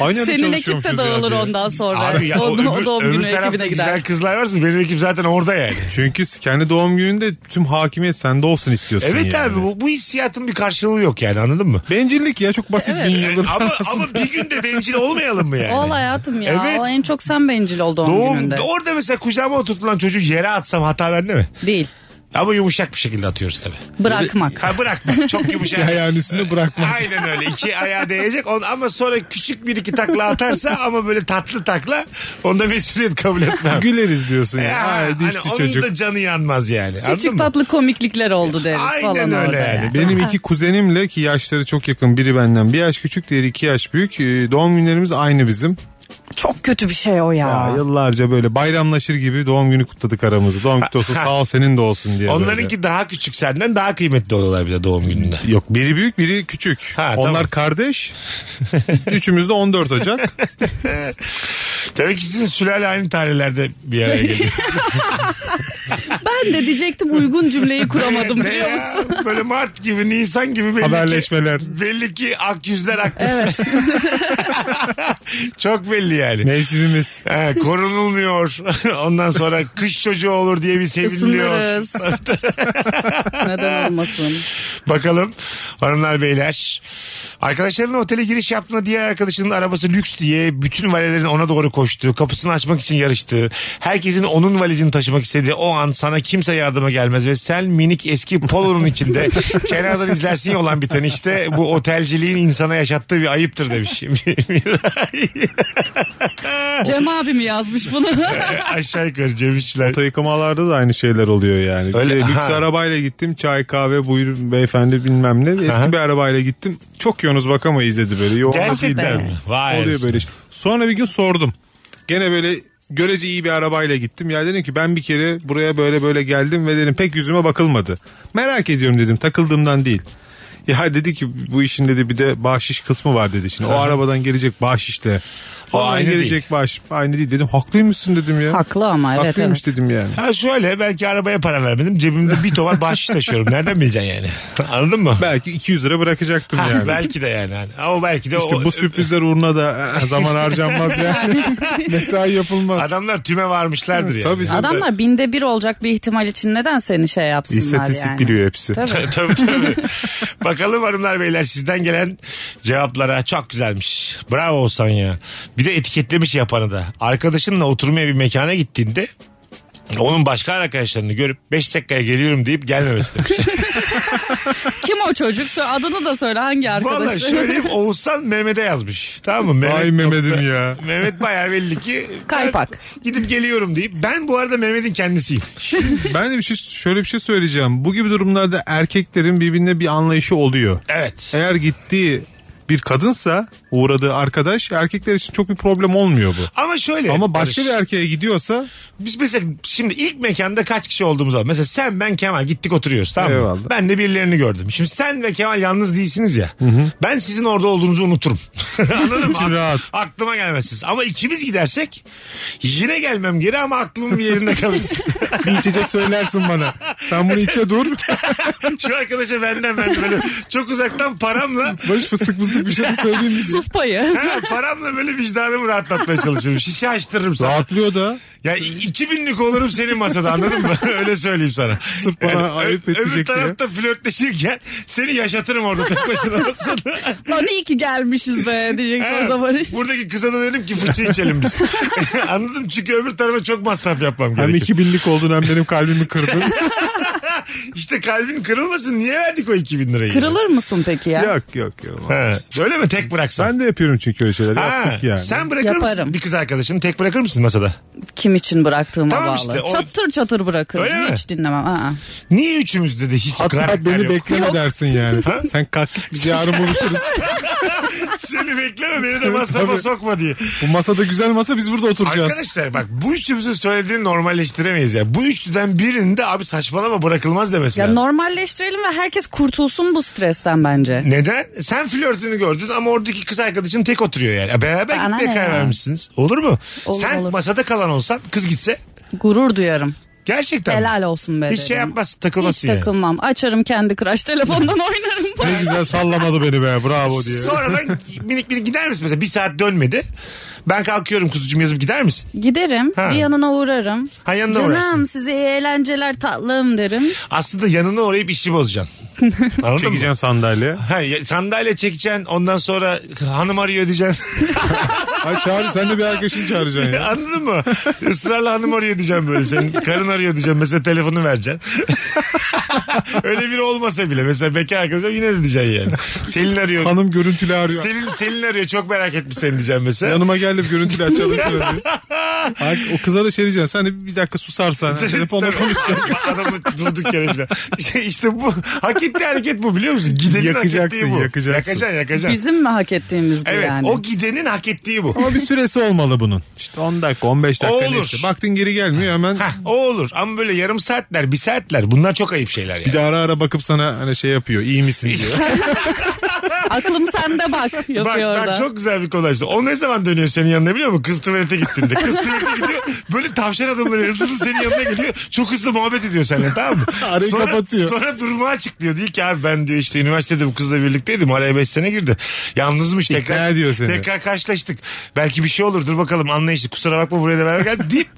S5: Aynı anda
S4: Senin ekip de
S5: çalışıyormuşuz
S4: dağılır
S5: ya diye.
S4: ondan sonra.
S3: Abi ya
S4: o,
S3: o,
S4: o doğum
S3: öbür,
S4: günü
S3: öbür tarafta
S4: ekibine gider.
S3: güzel kızlar varsa benim ekip zaten orada yani.
S5: Çünkü kendi doğum gününde tüm hakimiyet sende olsun istiyorsun
S3: evet
S5: yani.
S3: abi bu, bu hissiyatın bir karşılığı yok yani anladın mı?
S5: Bencillik ya çok basit bin yıldır.
S3: ama, ama bir günde bencil olmayalım mı yani?
S4: Ol hayatım ya.
S3: Evet.
S4: Ol en çok sen bencil ol doğum,
S3: Doğum,
S4: gününde.
S3: orada mesela kucağıma oturtulan çocuğu yere atsam hata bende mi?
S4: Değil.
S3: Ama yumuşak bir şekilde atıyoruz tabii.
S4: Bırakmak.
S3: Ha bırakma çok yumuşak.
S5: Ayağın üstünde bırakma.
S3: Aynen öyle. İki ayağa değecek. On, ama sonra küçük bir iki takla atarsa ama böyle tatlı takla onda mesuliyet kabul etmem.
S5: Güleriz diyorsun ya.
S3: Ya,
S5: Ay,
S3: hani
S5: dişli
S3: onun
S5: çocuk.
S3: da canı yanmaz yani. Anladın
S4: Küçük
S3: mı?
S4: tatlı komiklikler oldu deriz
S3: Aynen
S4: falan
S3: öyle
S4: orada.
S3: yani.
S4: Yani.
S5: Benim iki kuzenimle ki yaşları çok yakın. Biri benden bir yaş küçük, diğeri iki yaş büyük. Ee, Doğum günlerimiz aynı bizim.
S4: Çok kötü bir şey o ya.
S5: Ya yıllarca böyle bayramlaşır gibi doğum günü kutladık aramızı. Doğum günü olsun sağ ol senin de olsun diye. böyle.
S3: Onlarınki daha küçük senden daha kıymetli oluyorlar bir de doğum gününde.
S5: Yok biri büyük biri küçük.
S3: Ha,
S5: Onlar
S3: tamam.
S5: kardeş. Üçümüz de 14 Ocak.
S3: Demek ki sizin sülale aynı tarihlerde bir araya geliyor.
S4: Ben de diyecektim uygun cümleyi kuramadım
S3: Ne
S4: biliyor
S3: ya?
S4: musun?
S3: Böyle Mart gibi Nisan gibi belli
S5: Haberleşmeler.
S3: ki. Belli ki akyüzler aktif. Evet. Çok belli yani.
S5: Mevsimimiz.
S3: He, korunulmuyor. Ondan sonra kış çocuğu olur diye bir seviniliyor.
S4: Isınırız. Neden olmasın?
S3: Bakalım hanımlar beyler. Arkadaşlarının otele giriş yaptığında diğer arkadaşının arabası lüks diye bütün valelerin ona doğru koştuğu, kapısını açmak için yarıştığı, herkesin onun valizini taşımak istediği o an sana kimse yardıma gelmez ve sen minik eski polonun içinde kenardan izlersin ya olan biten işte bu otelciliğin insana yaşattığı bir ayıptır demiş.
S4: Cem abi mi yazmış bunu?
S3: Aşağı yukarı Cemişçiler.
S5: Ata yıkamalarda da aynı şeyler oluyor yani.
S3: Öyle-
S5: Öyle, lüks
S3: Ha.
S5: arabayla gittim. Çay kahve buyur beyefendi bilmem ne. Eski
S3: Aha.
S5: bir arabayla gittim. Çok yoğunuz bakamayız dedi böyle. Yoğun
S3: Gerçekten
S4: be.
S3: mi? Vay
S5: oluyor
S3: arasına.
S5: böyle. iş. Sonra bir gün sordum. Gene böyle görece iyi bir arabayla gittim. Ya dedim ki ben bir kere buraya böyle böyle geldim ve dedim pek yüzüme bakılmadı. Merak ediyorum dedim takıldığımdan değil. Ya dedi ki bu işin dedi bir de bahşiş kısmı var dedi. Şimdi o arabadan gelecek bahşişle falan
S3: aynı
S5: gelecek
S3: değil.
S5: baş. Aynı değil dedim. Haklıymışsın dedim ya.
S4: Haklı ama evet
S5: Haklıymış
S4: evet.
S5: dedim yani.
S3: Ha şöyle belki arabaya para vermedim. Cebimde bir tovar bahşiş taşıyorum. Nereden bileceksin yani? Anladın mı?
S5: Belki 200 lira bırakacaktım
S3: Ha,
S5: yani.
S3: Belki de yani. hani. Ama belki de
S5: İşte
S3: o,
S5: bu sürprizler uğruna da eh, zaman harcanmaz yani. Mesai yapılmaz.
S3: adamlar tüme varmışlardır yani.
S5: Tabii canım.
S4: Adamlar binde bir olacak bir ihtimal için neden seni şey yapsınlar
S5: İstatistik
S4: yani?
S5: biliyor hepsi.
S4: Tabii.
S3: tabii tabii. Bakalım hanımlar beyler sizden gelen cevaplara çok güzelmiş. Bravo Oğuzhan ya. Bir de etiketlemiş yapanı da. Arkadaşınla oturmaya bir mekana gittiğinde onun başka arkadaşlarını görüp 5 dakikaya geliyorum deyip gelmemesi demiş.
S4: Kim o çocuk? Sö- Adını da söyle hangi arkadaş?
S3: Valla şöyle Oğuzhan Mehmet'e yazmış. Tamam mı?
S5: Ay Mehmet'im ya.
S3: Mehmet bayağı belli ki.
S4: Kaypak.
S3: ben Gidip geliyorum deyip. Ben bu arada Mehmet'in kendisiyim.
S5: Ben de bir şey şöyle bir şey söyleyeceğim. Bu gibi durumlarda erkeklerin birbirine bir anlayışı oluyor.
S3: Evet.
S5: Eğer gittiği bir kadınsa uğradığı arkadaş erkekler için çok bir problem olmuyor bu.
S3: Ama şöyle.
S5: Ama başka
S3: Barış.
S5: bir erkeğe gidiyorsa
S3: Biz mesela şimdi ilk mekanda kaç kişi olduğumuz var. Mesela sen ben Kemal gittik oturuyoruz tamam mı?
S5: Eyvallah.
S3: Ben de birilerini gördüm. Şimdi sen ve Kemal yalnız değilsiniz ya. Ben sizin orada olduğunuzu unuturum. Anladın mı?
S5: İçin rahat.
S3: Aklıma gelmezsiniz. Ama ikimiz gidersek yine gelmem geri ama aklımın bir yerinde kalırsın.
S5: bir içecek söylersin bana. Sen bunu içe dur.
S3: Şu arkadaşa benden ben böyle çok uzaktan paramla
S5: Barış fıstık fıstık bir şey de söyleyeyim mi? diye.
S4: Sus payı.
S3: ha, paramla böyle vicdanımı rahatlatmaya çalışırım. Şişe açtırırım sana.
S5: Rahatlıyor da.
S3: Ya i- 2000'lik olurum senin masada anladın mı? Öyle söyleyeyim sana.
S5: Sırf bana ayıp
S3: Öbür
S5: etmeyecek diye.
S3: tarafta flörtleşirken seni yaşatırım orada tek başına masada.
S4: Lan iyi ki gelmişiz be diyecek orada Barış.
S3: Buradaki kıza da dedim ki fırça içelim biz. Anladım çünkü öbür tarafa çok masraf yapmam
S5: Hem
S3: gerekir.
S5: 2000'lik oldun hem benim kalbimi kırdın.
S3: İşte kalbin kırılmasın niye verdik o 2000 lirayı?
S4: Kırılır mısın peki ya?
S5: yok yok yok.
S3: Ha, öyle mi tek bıraksan?
S5: Ben de yapıyorum çünkü öyle şeyler.
S3: Ha,
S5: Yaptık yani.
S3: Sen bırakır mısın
S4: Yaparım.
S3: bir kız arkadaşını tek bırakır mısın masada?
S4: Kim için bıraktığıma
S3: Tamam
S4: bağlı.
S3: işte, o-
S4: Çatır çatır bırakırım.
S3: Öyle mi?
S4: Hiç dinlemem. Aa.
S3: Niye üçümüzde de hiç
S5: Hatta
S3: karakter
S5: beni
S3: yok?
S5: bekleme dersin yani. Sen kalk git biz yarın buluşuruz.
S3: Seni bekleme beni de masrafa
S5: Tabii.
S3: sokma diye.
S5: Bu masada güzel masa biz burada oturacağız.
S3: Arkadaşlar bak bu üçümüzün söylediğini normalleştiremeyiz ya. Bu üçlüden birinde abi saçmalama bırakılmaz demesi
S4: Ya
S3: lazım.
S4: normalleştirelim ve herkes kurtulsun bu stresten bence.
S3: Neden? Sen flörtünü gördün ama oradaki kız arkadaşın tek oturuyor yani. Ya Beraber
S4: Bana
S3: gitmeye
S4: ne
S3: karar
S4: ya?
S3: vermişsiniz. Olur mu?
S4: Olur,
S3: Sen
S4: olur.
S3: masada kalan olsan kız gitse
S4: Gurur duyarım.
S3: gerçekten.
S4: Helal olsun be
S3: Hiç
S4: dedim.
S3: şey yapmazsın takılmasın
S4: Hiç
S3: yani.
S4: takılmam. Açarım kendi crush telefondan oynarım.
S5: Ne güzel sallamadı beni be bravo diye.
S3: Sonradan minik minik gider misin mesela bir saat dönmedi. Ben kalkıyorum kuzucuğum yazıp gider misin?
S4: Giderim
S3: Ha.
S4: bir yanına uğrarım.
S3: Ha, yanına
S4: Canım
S3: uğrarsın.
S4: size iyi eğlenceler tatlım derim.
S3: Aslında yanına orayıp işi bozacaksın. Anladın mı?
S5: Çekeceksin sandalye.
S3: Ha, ya- sandalye çekeceksin ondan sonra hanım arıyor diyeceksin.
S5: Ay çağır sen de bir arkadaşını çağıracaksın ya.
S3: Anladın mı? Israrla hanım arıyor diyeceğim böyle. Senin karın arıyor diyeceğim. Mesela telefonu vereceksin. Öyle biri olmasa bile. Mesela bekar arkadaşlar yine de diyeceksin yani. Selin arıyor.
S5: Hanım görüntülü arıyor.
S3: Selin, Selin arıyor. Çok merak etmiş seni diyeceğim mesela.
S5: Yanıma gel de bir görüntülü açalım şöyle diye. Ay, o kıza da şey diyeceksin. Sen de bir dakika susarsan.
S3: Tabii.
S5: telefonla konuşacaksın.
S3: Adamı durduk yere falan. İşte, işte bu. Hak ettiği hareket bu biliyor musun? Gidenin hak ettiği
S5: Yakacaksın,
S3: bu.
S5: yakacaksın.
S3: Yakacaksın yakacaksın.
S4: Bizim mi hak ettiğimiz bu
S3: Evet
S4: yani?
S3: o gidenin hak ettiği bu.
S5: Ama bir süresi olmalı bunun. İşte 10 dakika 15 dakika
S3: O olur.
S5: neyse. Baktın geri gelmiyor hemen.
S3: Hah, o olur ama böyle yarım saatler bir saatler bunlar çok ayıp şeyler yani.
S5: Bir de ara ara bakıp sana hani şey yapıyor. iyi misin diyor.
S4: Aklım sende bak yapıyor
S3: Bak,
S4: orada.
S3: bak çok güzel bir konu açtı. O ne zaman dönüyor senin yanına biliyor musun? Kız tuvalete gittiğinde. Kız tuvalete gidiyor. Böyle tavşan adam böyle hızlı hızlı senin yanına geliyor. Çok hızlı muhabbet ediyor seninle tamam mı?
S5: Arayı
S3: sonra,
S5: kapatıyor.
S3: Sonra durumu açıklıyor. Diyor ki abi ben diyor işte üniversitede bu kızla birlikteydim. Araya 5 sene girdi. Yalnızmış
S5: İkna
S3: tekrar.
S5: ediyor seni.
S3: Tekrar karşılaştık. Belki bir şey olur dur bakalım anlayışlı. Kusura bakma buraya da beraber geldi deyip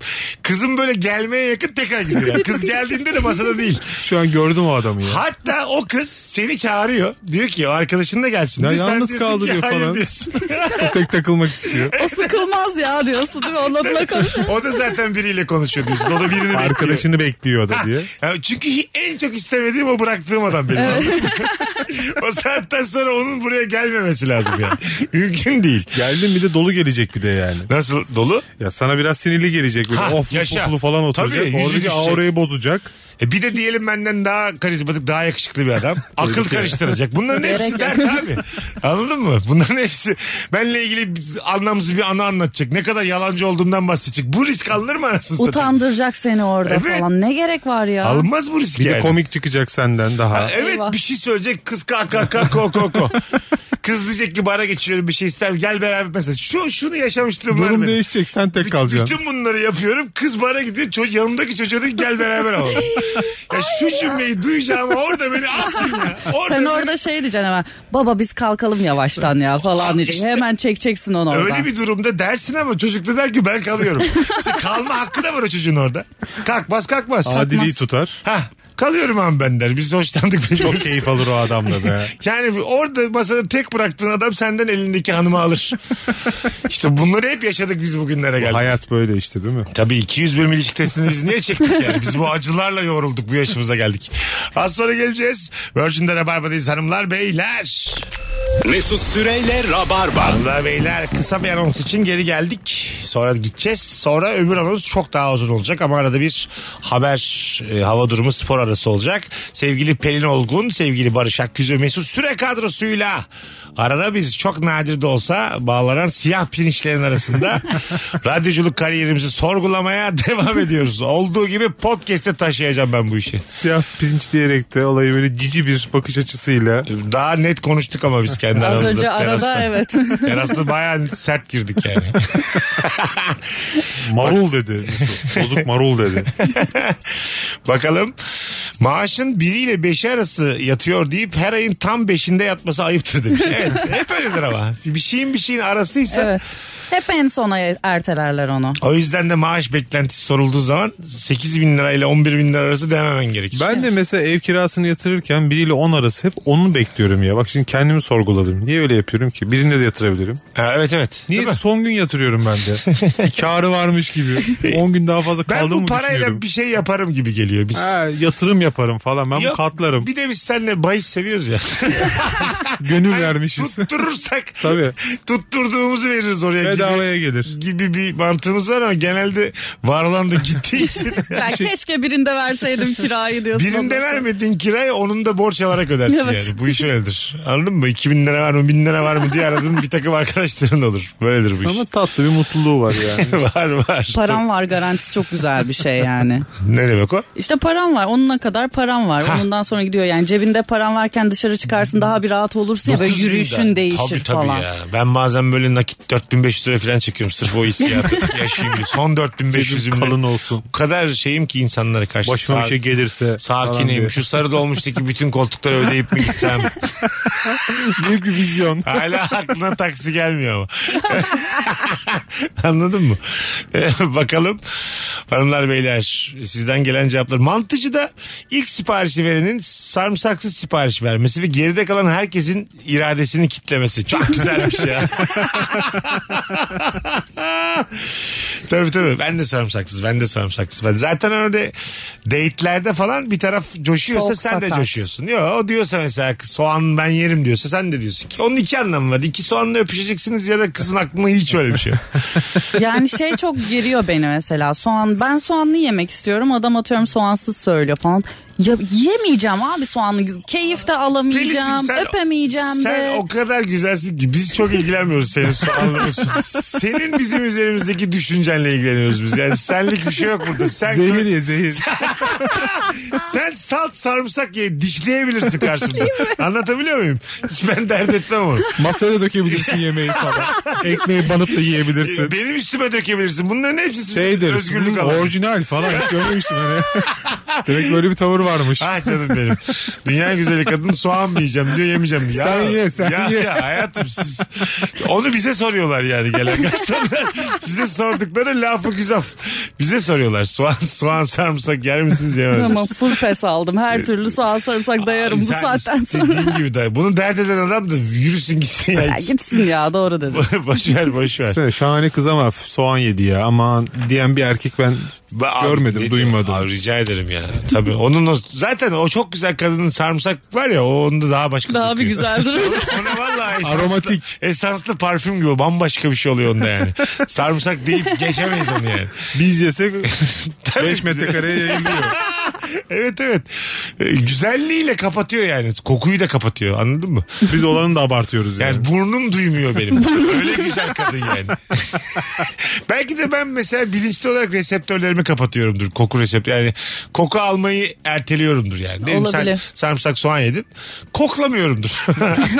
S3: kızın böyle gelmeye yakın tekrar gidiyor. Yani Kız geldiğinde de masada değil.
S5: Şu an gördüm o adamı ya.
S3: Hatta o kız seni çağırıyor. Diyor ki o arkadaşın da gelsin.
S5: Ya
S3: Diyor, sen
S5: yalnız
S3: diyorsun
S5: kaldı
S3: ki,
S5: diyor
S3: "Hayır"
S5: falan.
S3: diyorsun.
S5: O tek takılmak istiyor.
S4: O sıkılmaz ya diyorsun değil mi? Onun adına konuşuyor.
S3: o da zaten biriyle konuşuyor diyorsun. O da birini bekliyor.
S5: Arkadaşını bekliyor o da diye.
S3: Ya çünkü hi- en çok istemediğim o bıraktığım adam benim. o saatten sonra onun buraya gelmemesi lazım yani. Mümkün değil.
S5: Geldin bir de dolu gelecek bir de yani.
S3: Nasıl dolu?
S5: Ya sana biraz sinirli gelecek. Böyle
S3: Ha,
S5: of
S3: yaşa.
S5: puflu falan oturacak.
S3: Tabii, yüzü
S5: Oradaki
S3: düşecek.
S5: aurayı bozacak.
S3: E bir de diyelim benden daha karizmatik, daha yakışıklı bir adam. Akıl karıştıracak. Bunların hepsi dert abi. Anladın mı? Bunların hepsi benle ilgili bir- anlamsız bir anı anlatacak. Ne kadar yalancı olduğumdan bahsedecek. Bu risk alınır mı anasını satayım?
S4: Utandıracak seni orada
S3: Evet.
S4: falan. Ne gerek var ya?
S3: Alınmaz bu risk
S5: Bir
S3: yani. e,
S5: de komik çıkacak senden daha.
S3: Evet
S4: Eyvah.
S3: bir şey söyleyecek kız kaka kaka ko ko ko. Kız diyecek ki bara geçiyorum bir şey ister gel beraber mesela. Şu şunu yaşamıştım var
S5: Durum
S3: benim.
S5: değişecek sen tek kalacaksın.
S3: Bütün bunları yapıyorum. Kız bara gidiyor. Ço- yanındaki çocuğa diyor ki, gel beraber alalım. ya şu cümleyi duyacağım orada beni asın ya. Orada
S4: Sen
S3: beni-
S4: orada şey diyeceksin hemen. Baba biz kalkalım yavaştan ya falan diyeceksin.
S3: İşte-
S4: Hemen çekeceksin onu oradan.
S3: Öyle bir durumda dersin ama çocuk da der ki ben kalıyorum. işte kalma hakkı da var o çocuğun orada. Kalkmaz kalkmaz.
S5: Adili tutar.
S3: Ha kalıyorum abi ben der. Biz hoşlandık. Biz
S5: Çok keyif alır o adamla be.
S3: Yani orada masada tek bıraktığın adam senden elindeki hanımı alır. işte bunları hep yaşadık biz bugünlere geldik.
S5: Hayat böyle işte değil mi?
S3: Tabii 200 bölüm ilişki testini biz niye çektik yani? Biz bu acılarla yorulduk bu yaşımıza geldik. Az sonra geleceğiz. Virgin'de Rabarba'dayız hanımlar beyler.
S2: Mesut Süreyle Rabarba.
S3: Hanımlar beyler kısa bir anons için geri geldik. Sonra gideceğiz. Sonra öbür anons çok daha uzun olacak ama arada bir haber, e, hava durumu, spor arası olacak. Sevgili Pelin Olgun, sevgili Barış Akgüz ve Mesut Süre kadrosuyla arada biz çok nadir de olsa bağlanan siyah pirinçlerin arasında radyoculuk kariyerimizi sorgulamaya devam ediyoruz. Olduğu gibi podcast'e taşıyacağım ben bu işi.
S5: Siyah pirinç diyerek de olayı böyle cici bir bakış açısıyla.
S3: Daha net konuştuk ama biz kendi
S4: Az
S3: aramızda.
S4: önce arada
S3: terasta.
S4: evet.
S3: Terasta bayağı sert girdik yani.
S5: Marul dedi. Mesut. Bozuk marul dedi.
S3: Bakalım maaşın biriyle beşi arası yatıyor deyip her ayın tam beşinde yatması ayıptır demiş. Evet, hep öyledir ama. Bir şeyin bir şeyin arasıysa
S4: evet. Hep en sona ertelerler onu.
S3: o yüzden de maaş beklentisi sorulduğu zaman 8 bin lira ile 11 bin lira arası dememen gerekir.
S5: Ben de mesela ev kirasını yatırırken biriyle 10 arası hep onu bekliyorum ya. Bak şimdi kendimi sorguladım. Niye öyle yapıyorum ki? Birinde de yatırabilirim.
S3: Ha, evet evet.
S5: Niye
S3: Değil mi?
S5: son gün yatırıyorum ben de? Karı varmış gibi. 10 gün daha fazla
S3: Ben
S5: kaldım
S3: bu
S5: mı düşünüyorum.
S3: parayla bir şey yaparım gibi geliyor biz.
S5: Ha, yatırım yaparım falan. Ben bu
S3: Yok,
S5: katlarım.
S3: Bir de biz seninle bahis seviyoruz ya.
S5: Gönül vermişiz.
S3: Tutturursak
S5: Tabii.
S3: tutturduğumuzu veririz oraya gibi,
S5: Bedavaya gelir.
S3: gibi bir mantığımız var ama genelde var olan da gittiği için
S4: Ya keşke birinde verseydim kirayı diyorsun.
S3: şey- Birinde
S4: ondan sonra.
S3: vermediğin kirayı onun da borç alarak ödersin
S4: Evet.
S3: yani. Bu iş öyledir. Anladın mı? 2000 lira var mı 1000 lira var mı diye aradığın bir takım arkadaşların olur. Böyledir bu iş.
S5: Ama tatlı bir mutluluğu var yani.
S3: var var.
S4: Param var garantisi çok güzel bir şey yani.
S3: Ne demek o?
S4: İşte param var. Onunla kadar param var. Ondan sonra gidiyor yani cebinde param varken dışarı çıkarsın daha bir rahat olursun ya böyle
S3: Dokuz bin
S4: yürüyüşün
S3: lira.
S4: değişir
S3: tabii, tabii
S4: falan.
S3: Ya. Ben bazen böyle nakit 4500 lira falan çekiyorum sırf o hissiyatı yaşayayım diye. Son
S5: Cebim
S3: 4500'ümle.
S5: kalın olsun.
S3: O kadar şeyim ki insanlara karşı.
S5: Başıma bir
S3: Sa-
S5: şey gelirse. falan diye.
S3: Sakinim. Şu sarı dolmuştaki bütün koltukları ödeyip mi gitsem?
S5: Büyük bir vizyon.
S3: Hala aklına taksi gelmiyor ama. Anladın mı? Ee, Bakalım hanımlar beyler sizden gelen cevaplar. Mantıcı da ilk siparişi verenin sarımsaksız sipariş vermesi ve geride kalan herkesin iradesini kitlemesi. Çok güzelmiş ya. tabii tabii ben de sarımsaksız ben de sarımsaksız. Ben zaten orada date'lerde falan bir taraf coşuyorsa
S4: Çok
S3: sen de
S4: sakat.
S3: coşuyorsun. Yok o diyorsa mesela kız, soğan ben yerim diyorsa sen de diyorsun ki onun iki anlamı var. İki soğanla öpüşeceksiniz ya da kızın aklına hiç öyle bir şey yok.
S4: Yani şey çok geriyor beni mesela soğan ben soğanlı yemek istiyorum adam atıyorum soğansız söylüyor falan. Ya yemeyeceğim abi soğanlı keyif de alamayacağım
S3: Pelin'cim
S4: öpemeyeceğim de.
S3: Sen o kadar güzelsin ki biz çok ilgilenmiyoruz senin soğanlıyorsun. senin bizim üzerimizdeki düşüncenle ilgileniyoruz biz. Yani senlik bir şey yok burada. Sen,
S5: Zehir ye zehir.
S3: sen salt sarımsak ye dişleyebilirsin karşında. Anlatabiliyor muyum? Hiç ben dert etmem onu.
S5: Masaya da dökebilirsin yemeği falan. Ekmeği banıp da yiyebilirsin.
S3: Benim üstüme dökebilirsin. Bunların hepsi sizin
S5: Şey deriz.
S3: özgürlük
S5: "Hmm,
S3: alanı.
S5: Orijinal falan. Hiç görmemiştim hani. Demek böyle bir tavır varmış.
S3: Ah canım benim. Dünya güzeli kadın soğan mı yiyeceğim diyor yemeyeceğim. Ya,
S5: Sen ye, sen
S3: ya,
S5: ye.
S3: Ya, hayatım siz. Onu bize soruyorlar yani gelen garsonlar. Size sordukları lafı güzel. Bize soruyorlar soğan, soğan sarımsak yer misiniz yemez misiniz?
S4: Ama full pes aldım
S3: Ee,
S4: her türlü soğan sarımsak dayarım bu
S3: Sen
S4: saatten sonra.
S3: istediğin gibi day. Bunu dert eden adam da yürüsün gitsin ya.
S4: Ya gitsin ya doğru dedim.
S3: boş ver boş ver.
S5: Sen şahane kız ama soğan yedi ya aman diyen bir erkek ben
S3: Ba- abi
S5: görmedim
S3: dedi-
S5: duymadım.
S3: Abi rica ederim ya. Tabii onun o, zaten o çok güzel kadının sarımsak var ya o onda daha başka.
S4: Daha bir
S3: kokuyor.
S4: güzeldir.
S3: Ona vallahi esanslı,
S5: Aromatik.
S3: Esanslı parfüm gibi bambaşka bir şey oluyor onda yani. Sarımsak deyip geçemeyiz onu yani.
S5: biz yesek 5 metrekareye yayılıyor.
S3: evet evet. E, güzelliğiyle kapatıyor yani. Kokuyu da kapatıyor anladın mı?
S5: Biz olanı da abartıyoruz yani.
S3: Yani burnum duymuyor benim. Öyle güzel kadın yani. Belki de ben mesela bilinçli olarak reseptörlerimi kapatıyorumdur. Koku reseptör. Yani koku almayı erteliyorumdur yani. Değil mi? Sen
S4: Olabilir.
S3: sarımsak soğan yedin. Koklamıyorumdur.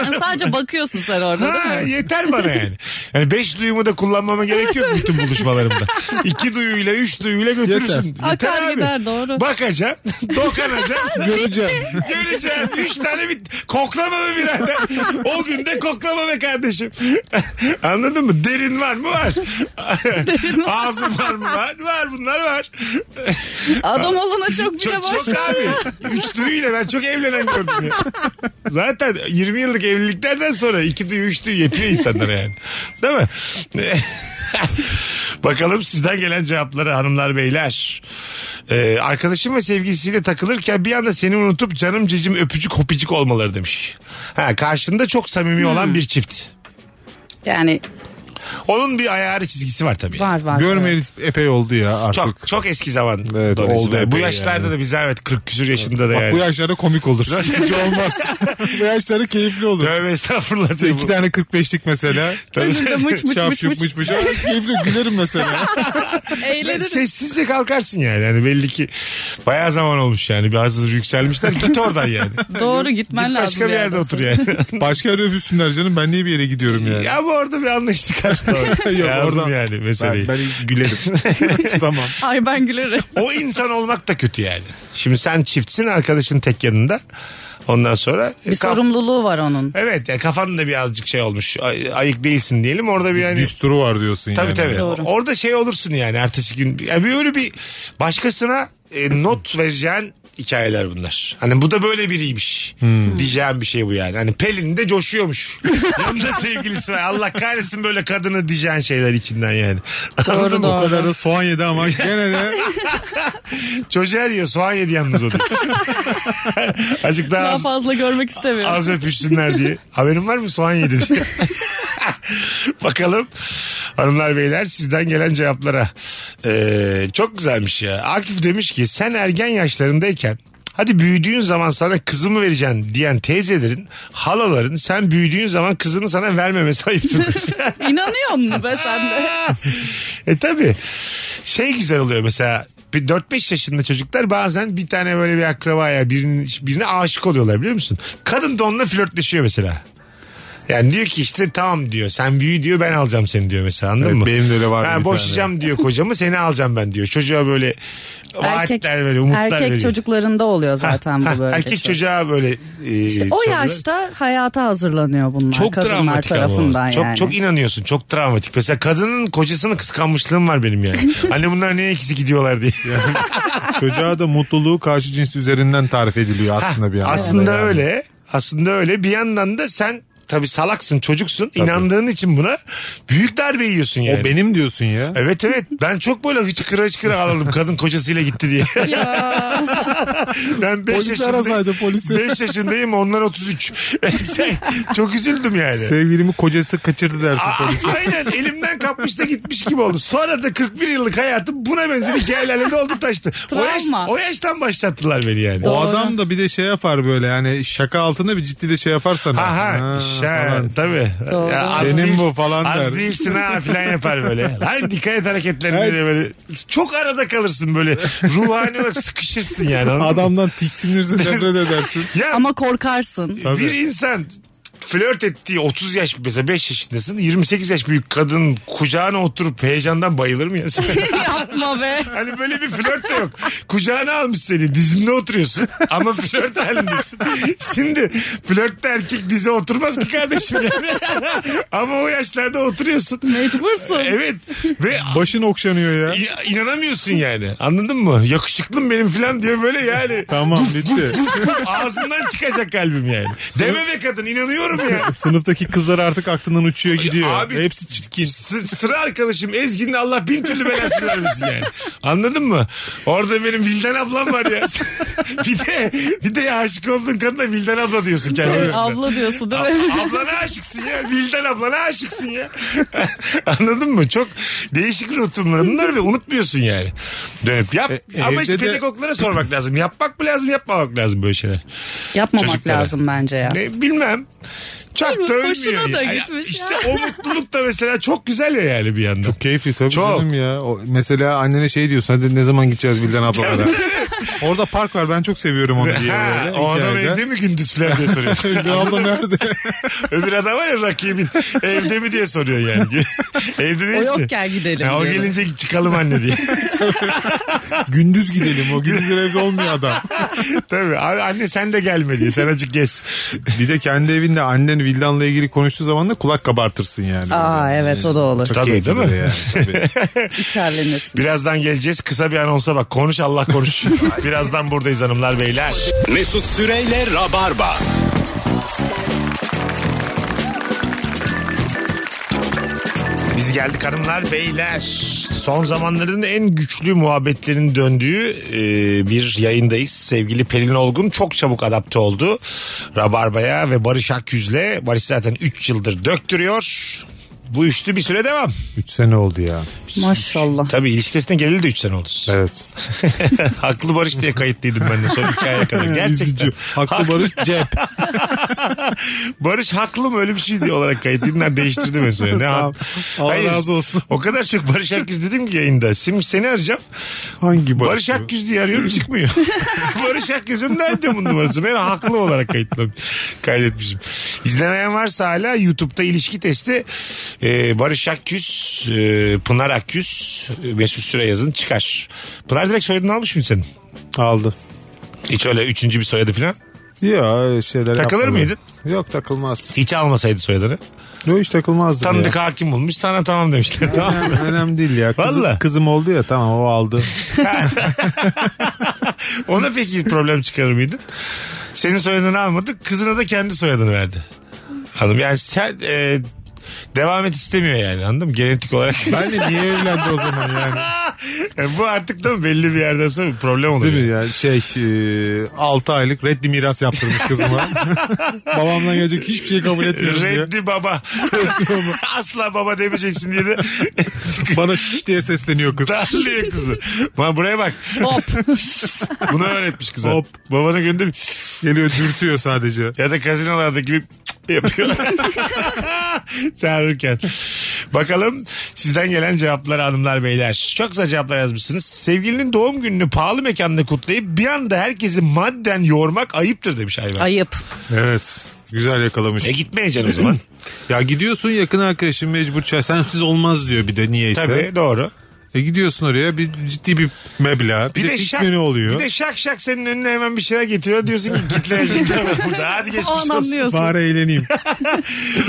S4: Yani sadece bakıyorsun sen orada değil mi?
S3: Ha, yeter bana yani. Yani beş duyumu da kullanmama gerek yok bütün buluşmalarımda. İki duyuyla, üç duyuyla götürürsün. Yeter.
S4: Akar gider, doğru.
S3: Bakacaksın, dokanacaksın,
S5: Göreceğim.
S3: göreceksin. Üç tane bir koklama be birader. O günde koklama be kardeşim. Anladın mı? Derin var mı? Var. Ağzın var mı? Var. Var bunlar var.
S4: Adam olana çok bile
S3: Çok,
S4: boş.
S3: çok abi. Üç duyuyla ben çok evlenen gördüm ya. Zaten 20 yıllık evliliklerden sonra iki duyu üç duyu yetiyor insanlara yani. Değil mi? Bakalım sizden gelen cevapları hanımlar beyler. Ee, arkadaşım ve sevgilisiyle takılırken bir anda seni unutup canım cicim öpücük hopicik olmaları demiş. Ha, karşında çok samimi
S4: Hmm.
S3: olan bir çift.
S4: Yani
S3: Onun bir ayarı çizgisi var tabii.
S4: var var.
S5: Görmeyeli epey oldu ya artık.
S3: Çok çok eski zaman.
S5: Evet,
S3: Doris
S5: oldu
S3: Bey. Bu
S5: epey
S3: yaşlarda
S5: yani.
S3: da biz evet 40 küsür yaşında da
S5: Bak
S3: yani.
S5: bu yaşlarda komik olur. Hiç olmaz. bu yaşlarda keyifli olur.
S3: Tövbe estağfurullah.
S5: Mesela iki tane 45'lik mesela.
S3: Tabii.
S4: Öbürü de mıç mıç
S5: Şap
S4: mıç
S5: şup
S4: mıç.
S5: mıç mıç. Ay, Keyifli gülerim mesela.
S4: Eğlenirim.
S3: Sessizce kalkarsın yani. yani. Belli ki bayağı zaman olmuş yani. Biraz hızlı yükselmişler. Git oradan yani.
S4: Doğru gitmen
S3: Git
S4: lazım.
S3: başka bir
S4: yerden
S3: yerde
S4: sonra.
S3: otur yani.
S5: Başka yerde öpüsünler canım. Ben niye bir yere gidiyorum yani?
S3: ya bu orada bir anlaştık aslında.
S5: Yok,
S3: Lazım
S5: oradan-
S3: yani meseleyi.
S5: Ben, ben hiç gülerim. tamam.
S4: Ay ben gülerim.
S3: O insan olmak da kötü yani. Şimdi sen çiftsin arkadaşın tek yanında. Ondan sonra e,
S4: Bir sorumluluğu var onun.
S3: Evet ya kafan da birazcık şey olmuş. Ay- ayık değilsin diyelim. Orada bir yani
S5: Düsturu var diyorsun
S3: Tabii
S5: yani.
S3: tabii.
S4: Doğru.
S3: Orada şey olursun yani ertesi gün. Yani böyle bir başkasına e, not vereceğin hikayeler bunlar. Hani bu da böyle biriymiş. Diyeceğim bir şey bu yani. Hani Pelin de coşuyormuş. Yanında sevgilisi var. Allah kahretsin böyle kadını diyeceğin şeyler içinden yani. Anladın
S5: O
S3: mı?
S4: Doğru.
S5: kadar da soğan yedi ama gene de
S3: Çocuğa yiyor soğan yedi yalnız o diyor. Azıcık daha
S4: Daha
S3: az,
S4: fazla görmek istemiyorum.
S3: az öpüşsünler diye. Haberin var mı soğan yedi diye. Bakalım hanımlar beyler sizden gelen cevaplara. Ee, çok güzelmiş ya. Akif demiş ki sen ergen yaşlarındayken hadi büyüdüğün zaman sana kızımı vereceksin diyen teyzelerin, halaların sen büyüdüğün zaman kızını sana vermemesi ayıptır. demiş.
S4: İnanıyor musun be sen de?
S3: e tabi şey güzel oluyor mesela bir 4-5 yaşında çocuklar bazen bir tane böyle bir akrabaya birinin, birine aşık oluyorlar biliyor musun? Kadın da onunla flörtleşiyor mesela. Yani diyor ki işte tamam diyor sen büyü diyor ben alacağım seni diyor mesela anladın
S5: Evet,
S3: mı?
S5: benim de öyle vardı
S3: Ha,
S5: bir
S3: boşayacağım diyor kocamı seni alacağım ben diyor. Çocuğa böyle vaatler veriyor umutlar
S4: erkek
S3: veriyor.
S4: çocuklarında oluyor zaten
S3: Ha,
S4: bu böyle.
S3: erkek
S4: çok.
S3: çocuğa böyle e,
S4: İşte o
S3: sorular.
S4: yaşta hayata hazırlanıyor bunlar
S3: Çok
S4: kadınlar
S3: travmatik ama.
S4: tarafından
S3: Çok,
S4: yani.
S3: çok inanıyorsun. Çok travmatik. Mesela kadının kocasını kıskanmışlığım var benim yani. Anne bunlar niye ikisi gidiyorlar diye.
S5: çocuğa da mutluluğu karşı cins üzerinden tarif ediliyor aslında bir yandan.
S3: Aslında
S5: yani.
S3: öyle. Aslında öyle. Bir yandan da sen tabii salaksın, çocuksun. inandığın için buna büyük darbe yiyorsun
S5: O
S3: yani.
S5: benim diyorsun ya.
S3: Evet evet ben çok böyle hıçkıra hıçkıra ağladım kadın kocasıyla gitti diye. ben 5
S5: Polisi arasaydı, polisi.
S3: 5 yaşındayım onlar 33. Şey, çok üzüldüm yani.
S5: Sevgilimi kocası kaçırdı dersin
S3: Aa,
S5: polis.
S3: Aynen elimden kapmış da gitmiş gibi oldu. Sonra da 41 yıllık hayatım buna benzer hikayelerle doldu taştı. O, yaş-
S4: Travma.
S3: o yaştan başlattılar beni yani.
S5: O
S4: Doğru.
S5: adam da bir de şey yapar böyle yani şaka altında bir ciddi de şey yaparsan.
S3: Aha, şa, tabii.
S4: Doğru.
S5: Benim bu falan
S3: Az
S5: der.
S3: değilsin ha falan yapar böyle. Lan dikkat et hareketlerine
S5: Evet.
S3: diye böyle. Çok arada kalırsın böyle. Ruhani olarak sıkışırsın yani. anladın mı?
S5: Adamdan tiksinirsin nefret edersin.
S3: Ya
S4: Ama korkarsın.
S5: Tabii.
S3: bir insan flört ettiği 30 yaş mesela 5 yaşındasın 28 yaş büyük kadın kucağına oturup heyecandan bayılır mı ya?
S4: Yapma be.
S3: Hani böyle bir flört de yok. Kucağına almış seni dizinde oturuyorsun ama flört halindesin. Şimdi flörtte erkek dize oturmaz ki kardeşim yani. ama o yaşlarda oturuyorsun.
S4: Mecbursun.
S3: Evet ve
S5: Başın okşanıyor ya.
S3: ya- inanamıyorsun yani anladın mı? Yakışıklım benim falan diyor böyle yani.
S5: Tamam bitti.
S3: Ağzından çıkacak kalbim yani. Deme be kadın inanıyorum mı ya?
S5: Sınıftaki kızlar artık aklından uçuyor gidiyor.
S3: Abi-
S5: Hepsi çirkin.
S3: S- sıra arkadaşım Ezgi'nin Allah bin türlü belasını vermesin yani. Anladın mı? Orada benim Vildan ablam var ya. bir de bir de ya aşık olduğun kadına Vildan abla diyorsun kendine.
S4: Abla diyorsun değil mi?
S3: Ab- ablana aşıksın ya. Vildan ablana aşıksın ya. Anladın mı? Çok değişik rutum var bunlar ve unutmuyorsun yani. Dönüp yap.
S5: E,
S3: Ama
S5: evde
S3: işte
S5: de-
S3: pedagoglara sormak lazım. Yapmak mı lazım yapmamak lazım böyle şeyler.
S4: Yapmamak
S3: Çocuklara.
S4: lazım bence ya.
S3: Ne bilmem. Çak da
S4: Bilmiyorum,
S3: ölmüyor.
S4: hoşuna da
S3: ya.
S4: gitmiş
S3: İşte
S4: ya.
S3: o mutluluk da mesela çok güzel ya yani bir yandan.
S5: Çok keyifli tabii
S3: Çok.
S5: canım ya. O, mesela annene şey diyorsun hadi ne zaman gideceğiz Bilden ablalara. Orada park var ben çok seviyorum onu diye
S3: Ha,
S5: böyle.
S3: o
S5: İki
S3: adam
S5: ayda.
S3: evde mi gündüz falan diye soruyor.
S5: Bilden abla nerede?
S3: Öbür adam var ya rakibin evde mi diye soruyor yani. evde değilsin.
S4: yokken gidelim
S3: Ha, o
S4: diyor.
S3: gelince çıkalım anne diye.
S5: gündüz gidelim o gündüzler evde olmuyor adam.
S3: Tabii abi anne sen de gelme diye sen acık gez.
S5: Bir de kendi evinde annen Vildan'la ilgili konuştuğu zaman da kulak kabartırsın yani.
S4: Aa evet o da olur.
S5: Çok
S3: Tabii,
S5: keyifli
S3: değil mi?
S5: de yani, tabii.
S4: İçerlenirsin.
S3: Birazdan geleceğiz kısa bir anonsa bak konuş Allah konuş. Birazdan buradayız hanımlar beyler.
S2: Mesut Süreyle Rabarba.
S3: Biz geldik hanımlar beyler. Son zamanların en güçlü muhabbetlerin döndüğü e, bir yayındayız. Sevgili Pelin Olgun çok çabuk adapte oldu. Rabarba'ya ve Barış Akyüz'le. Barış zaten 3 yıldır döktürüyor. Bu üçlü bir süre devam.
S5: Üç sene oldu ya.
S4: Maşallah.
S3: Tabii ilişkisine geleli de 3 sene oldu.
S5: Evet.
S3: Haklı Barış diye kayıtlıydım ben de son hikayeye kadar. Gerçekten.
S5: Üzücü. Haklı Barış cep.
S3: Barış haklı mı öyle bir şey diye olarak kayıtlıydım. Değiştirdim mesela. Ne
S5: Sağ ol.
S3: hak-
S5: Allah
S3: Hayır.
S5: razı olsun.
S3: O kadar çok Barış Akyüz dedim ki yayında. Şimdi seni arayacağım.
S5: Hangi Barış?
S3: Barış Akgüz diye arıyorum çıkmıyor. Barış Akgüz'ün nerede bunun numarası? Ben haklı olarak kayıtlam, kaydetmişim. İzlemeyen varsa hala YouTube'da ilişki testi e, Barış Akgüz, e, Pınar Akgüz, e, Mesut Süre yazın çıkar. Pınar direkt soyadını almış mı senin?
S5: Aldı.
S3: Hiç öyle üçüncü bir soyadı falan.
S5: Ya şeyler
S3: Takılır
S5: yapmadı.
S3: mıydın?
S5: Yok takılmaz.
S3: Hiç almasaydı soyadını.
S5: Yok hiç takılmazdı.
S3: Tanıdık hakim bulmuş sana tamam demişler. Tamam.
S5: Önemli, önemli değil ya. Kızım,
S3: Vallahi.
S5: kızım oldu ya tamam o aldı.
S3: Ona peki problem çıkarır mıydın? Senin soyadını almadı. Kızına da kendi soyadını verdi. Hanım yani sen e, devam et istemiyor yani anladın mı? Genetik olarak.
S5: Ben de niye evlendi o zaman yani?
S3: E, bu artık da belli bir yerden sonra bir problem oluyor.
S5: Değil mi ya? Şey 6 aylık reddi miras yaptırmış kızıma. Babamdan gelecek hiçbir şey kabul etmiyorum diye.
S3: Reddi baba. Asla baba demeyeceksin diye de
S5: Bana şiş diye sesleniyor kız.
S3: darlıyor kızı. Bana buraya bak.
S4: Hop.
S3: Bunu öğretmiş kıza.
S5: Hop.
S3: Babanın günde
S5: Geliyor dürtüyor sadece.
S3: Ya da gazinolarda gibi yapıyor. Çağırırken. Bakalım sizden gelen cevaplar hanımlar beyler. Çok güzel cevaplar yazmışsınız. Sevgilinin doğum gününü pahalı mekanda kutlayıp bir anda herkesi madden yormak ayıptır demiş hayvan.
S4: Ayıp.
S5: Evet. Güzel yakalamış.
S3: E gitmeyeceksin o zaman.
S5: Ya gidiyorsun yakın arkadaşın mecbur çay. Sensiz olmaz diyor bir de niyeyse.
S3: Tabii doğru.
S5: E gidiyorsun oraya bir ciddi bir meblağ. Bir, de, fix menü oluyor.
S3: Bir de şak şak senin önüne hemen bir şeyler getiriyor. Diyorsun ki gitmeyeceksin burada. Hadi geçmiş
S4: O an
S3: olsun.
S4: anlıyorsun.
S5: Bari eğleneyim.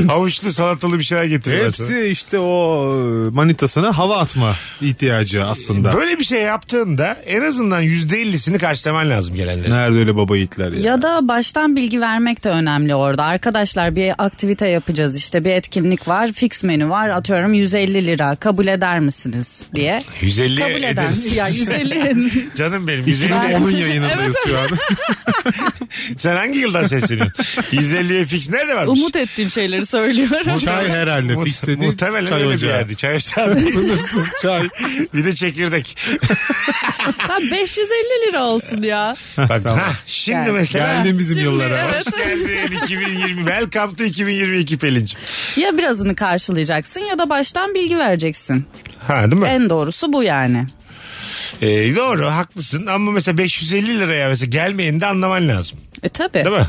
S3: Havuçlu salatalı bir şeyler getiriyorlar. sana.
S5: Hepsi işte o e, manitasına hava atma ihtiyacı aslında.
S3: Böyle bir şey yaptığında en azından %50'sini karşılaman lazım gelenlere.
S5: Nerede öyle baba yiğitler ya.
S4: Ya da baştan bilgi vermek de önemli orada. Arkadaşlar bir aktivite yapacağız işte bir etkinlik var fix menü var atıyorum 150 lira kabul eder misiniz diye.
S3: 150
S4: Kabul eden.
S3: ederiz.
S4: Ya 150.
S3: Canım benim
S5: Şimdi
S3: 150
S5: onun yayınındayız şu an.
S3: Sen hangi yıldan sesleniyorsun? 150'ye fix nerede varmış?
S4: Umut ettiğim şeyleri söylüyorum.
S5: Çay herhalde
S3: Mu-
S5: fix dedi.
S3: Muhtemelen
S5: çay
S3: öyle
S5: ocağı.
S3: bir yerdi. Çay ocağı.
S5: Sınırsız çay.
S3: bir de çekirdek.
S4: Ha 550 lira olsun ya.
S3: Bak ha, şimdi
S4: Gel.
S3: mesela.
S5: Geldin bizim
S4: Şimdi
S5: yıllara.
S4: evet.
S3: Hoş geldin 2020. Welcome to 2022 Pelin'cim.
S4: Ya birazını karşılayacaksın ya da baştan bilgi vereceksin.
S3: Ha değil mi?
S4: En doğrusu bu yani.
S3: Ee, doğru haklısın ama mesela 550 liraya mesela gelmeyeni de anlaman lazım.
S4: E tabi.
S3: Değil mi?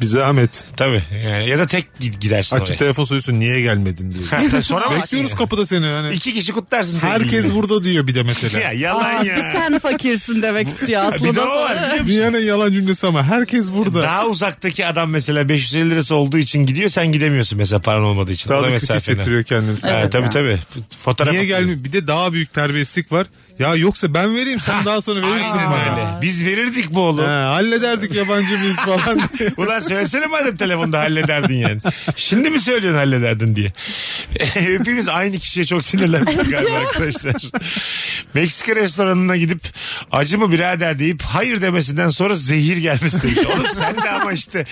S5: Bir zahmet.
S3: Tabii. Yani, ya da tek gi- gidersin
S5: Açıp telefon soruyorsun niye gelmedin diye.
S3: oraya. Ha, soramazsın
S5: Bekliyoruz
S3: yani.
S5: kapıda seni. Hani.
S3: İki kişi kutlarsın. seni.
S5: Herkes burada diyor bir de
S3: Ya
S5: mesela.
S3: yalan
S4: Aa,
S3: ya.
S4: Ah, bir sen fakirsin demek istiyor aslında.
S3: Bir de o var. biliyor musun?
S5: Dünyanın yalan cümlesi ama herkes burada.
S3: Daha uzaktaki adam mesela 550 lirası olduğu için gidiyor sen gidemiyorsun mesela paran olmadığı için.
S5: Daha
S3: Ona
S5: da kötü
S3: mesafene.
S5: hissettiriyor kendini.
S3: Ha,
S4: Evet
S3: tabii
S4: ya.
S3: tabii. Fotoğraf
S5: Niye
S3: atıyor.
S5: gelmiyor? Bir de daha büyük terbiyesizlik var. Ya yoksa ben vereyim sen daha sonra verirsin
S3: Aynen
S5: bana.
S3: öyle. Biz verirdik bu oğlum.
S5: Ha, hallederdik yabancı biz falan.
S3: Ulan söylesene madem telefonda hallederdin yani. Şimdi mi söylüyorsun hallederdin diye. Hepimiz aynı kişiye çok sinirlenmişiz galiba arkadaşlar. Meksika restoranına gidip acı mı birader deyip hayır demesinden sonra zehir gelmesi demiş. Oğlum sen de ama işte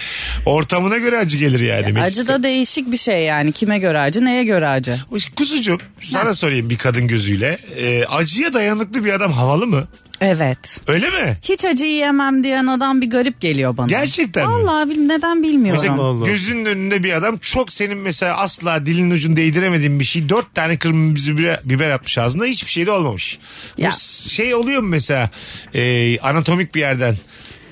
S3: ortamına göre acı gelir yani. Meksika.
S4: Acı da değişik bir şey yani. Kime göre acı, neye göre acı?
S3: Kuzucuğum sana sorayım bir kadın gözüyle. Ee, acıya dayanıklı bir adam havalı mı?
S4: Evet.
S3: Öyle mi?
S4: Hiç acı yiyemem diyen adam bir garip geliyor bana.
S3: Gerçekten mi?
S4: Vallahi bil- neden bilmiyorum.
S3: Mesela
S5: Allah.
S3: gözünün önünde bir adam çok senin mesela asla dilin ucun değdiremediğin bir şey. Dört tane kırmızı biber, biber atmış ağzına hiçbir şey de olmamış.
S4: Ya.
S3: Bu s- şey oluyor mu mesela e, anatomik bir yerden?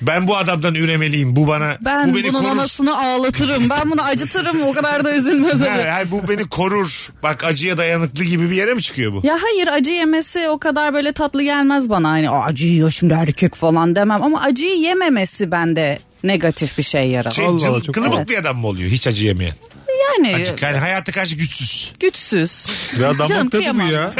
S3: Ben bu adamdan üremeliyim. Bu bana
S4: ben
S3: bu beni
S4: bunun
S3: korur.
S4: anasını ağlatırım. Ben bunu acıtırım. O kadar da üzülmez.
S3: Ha,
S4: öyle.
S3: ha, bu beni korur. Bak acıya dayanıklı gibi bir yere mi çıkıyor bu?
S4: Ya hayır acı yemesi o kadar böyle tatlı gelmez bana. Hani "Aa, acı yiyor şimdi erkek falan demem. Ama acıyı yememesi bende negatif bir şey yarar.
S3: Şey,
S5: Allah
S3: cıl-
S5: Allah, çok
S3: kılıbık
S4: güzel.
S3: bir adam mı oluyor hiç acı yemeyen?
S4: Yani
S3: Acı, yani hayata karşı güçsüz.
S4: güçsüz.
S5: Ya
S4: Canım
S5: damak tadı bu
S4: kıyamam.
S5: ya.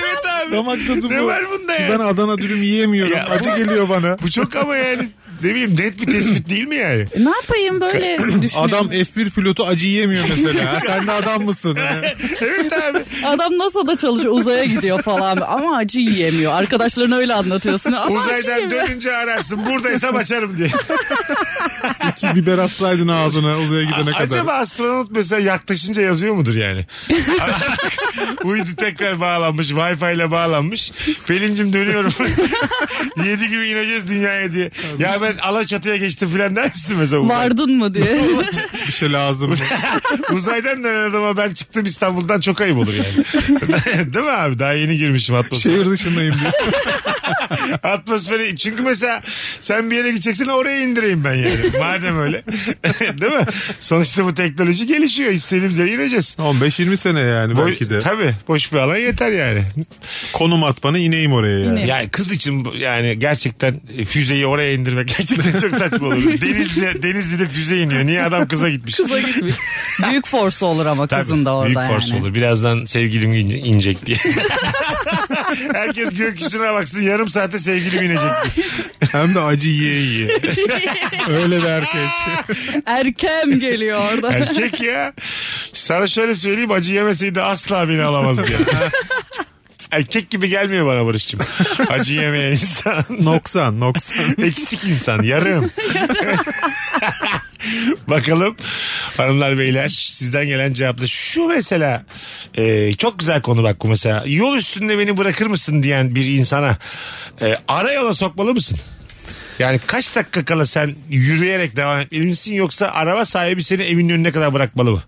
S3: evet abi.
S5: Damak tadı bu.
S3: Ne var bunda
S5: Ki
S3: ya?
S5: Ben Adana dürüm yiyemiyorum.
S3: Ya-
S5: Acı geliyor bana.
S3: Bu çok ama yani ne bileyim net bir tespit değil mi yani?
S4: E, Ne yapayım böyle düşünüyorum.
S5: Adam F1 pilotu acı yiyemiyor mesela. Ha, Sen de adam mısın? Ha.
S3: evet abi.
S4: Adam NASA'da çalışıyor uzaya gidiyor falan ama acı yiyemiyor. Arkadaşlarına öyle anlatıyorsun. Ama acı
S3: Uzaydan
S4: yiyemiyor.
S3: dönünce ararsın. Buradaysam açarım diye.
S5: İki biber atsaydın ağzına uzaya gidene kadar.
S3: Acaba astronot mesela yaklaşınca yazıyor mudur yani? Uydu tekrar bağlanmış. Wi-Fi ile bağlanmış. Pelincim dönüyorum. Yedi gibi ineceğiz dünyaya diye. Ya ben Alaçatı'ya geçtim filan der misin mesela? uzay-
S4: Vardın mı diye.
S5: Bir şey lazım.
S3: Uzaydan dönen adama ben çıktım İstanbul'dan çok ayıp olur yani. Değil mi abi? Daha yeni girmişim atmosfere.
S5: Şehir dışındayım diye.
S3: Atmosferi çünkü mesela sen bir yere gideceksin oraya indireyim ben yani. Madem öyle. Değil mi? Sonuçta bu teknoloji gelişiyor. İstediğimiz yere ineceğiz.
S5: 15-20 sene yani
S3: Boy-
S5: belki de.
S3: Tabii boş bir alan yeter yani.
S5: Konum at bana ineyim oraya yani.
S3: Yani kız için bu- yani gerçekten e, füzeyi oraya indirmek gerçekten çok saçma olur. Denizli, Denizli'de füze iniyor. Niye adam kıza gitmiş?
S4: Kıza gitmiş. Büyük force olur ama
S3: Tabii,
S4: kızın da orada
S3: büyük
S4: yani.
S3: force olur. Birazdan sevgilim in- inecek diye. Herkes gökyüzüne baksın yarım saate sevgilim inecek diye.
S5: Hem de acı yiye yiye. Öyle bir erkek.
S4: Erkem geliyor orada.
S3: Erkek ya. Sana şöyle söyleyeyim acı yemeseydi asla beni alamazdı ya. Erkek gibi gelmiyor bana Barış'cığım. Acı yemeyen insan.
S5: Noksan noksan.
S3: Eksik insan yarım. Bakalım hanımlar beyler sizden gelen cevapla şu mesela e, çok güzel konu bak bu mesela yol üstünde beni bırakır mısın diyen bir insana e, ara yola sokmalı mısın? Yani kaç dakika kala sen yürüyerek devam etmeli misin yoksa araba sahibi seni evin önüne kadar bırakmalı mı?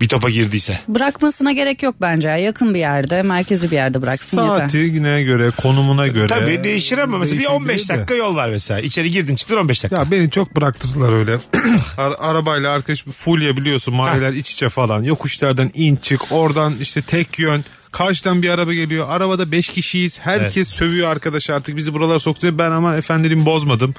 S3: Bir topa girdiyse.
S4: Bırakmasına gerek yok bence. ya. Yakın bir yerde, merkezi bir yerde bıraksın yeter.
S5: Saatine göre, konumuna göre.
S3: Tabii değişir ama mesela bir 15
S5: Değişebilir de.
S3: dakika yol var mesela. İçeri girdin çıktın 15 dakika.
S5: Ya beni çok bıraktırdılar öyle. Ar- arabayla arkadaş fulya biliyorsun mahalleler iç içe falan. Yokuşlardan in çık oradan işte tek yön. Karşıdan bir araba geliyor. Arabada 5 kişiyiz. Herkes sövüyor arkadaş artık bizi buralara soktu. diye. Ben ama efendiliğimi bozmadım.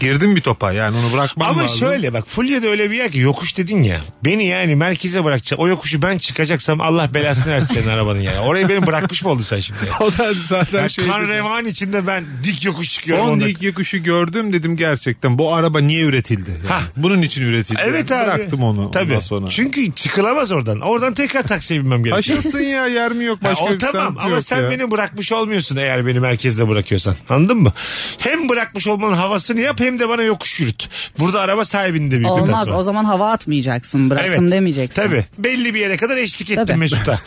S5: Girdim bir topa yani onu bırakmam
S3: Ama
S5: lazım.
S3: şöyle bak Fulya'da öyle bir yer ki yokuş dedin ya. Beni yani merkeze bırakacak. O yokuşu ben çıkacaksam Allah belasını versin senin arabanın yani. Orayı beni bırakmış mı oldun sen şimdi? Ya?
S5: O da zaten
S3: Ya
S5: şey.
S3: kan
S5: dedi.
S3: revan içinde ben dik yokuş çıkıyorum.
S5: Son
S3: onda.
S5: ilk yokuşu gördüm dedim gerçekten bu araba niye üretildi? Yani
S3: Hah.
S5: Bunun için üretildi.
S3: Evet
S5: Yani
S3: abi.
S5: Bıraktım onu
S3: Tabii.
S5: ondan sonra.
S3: Çünkü çıkılamaz oradan. Oradan tekrar taksiye binmem gerekiyor.
S5: Taşınsın ya yer mi yok
S3: Ha,
S5: başka
S3: o
S5: bir
S3: tamam
S5: semti
S3: ama
S5: yok
S3: sen
S5: ya.
S3: beni bırakmış olmuyorsun eğer beni merkezde bırakıyorsan. Anladın mı? Hem bırakmış olmanın havasını yap hem de bana yokuş yürüt. Burada araba sahibinde bir noktadan
S4: Olmaz.
S3: sonra.
S4: O zaman hava atmayacaksın. Bıraktım demeyeceksin.
S3: Tabii. Belli bir yere kadar eşlik ettim
S4: Tabii.
S3: Mesut'a.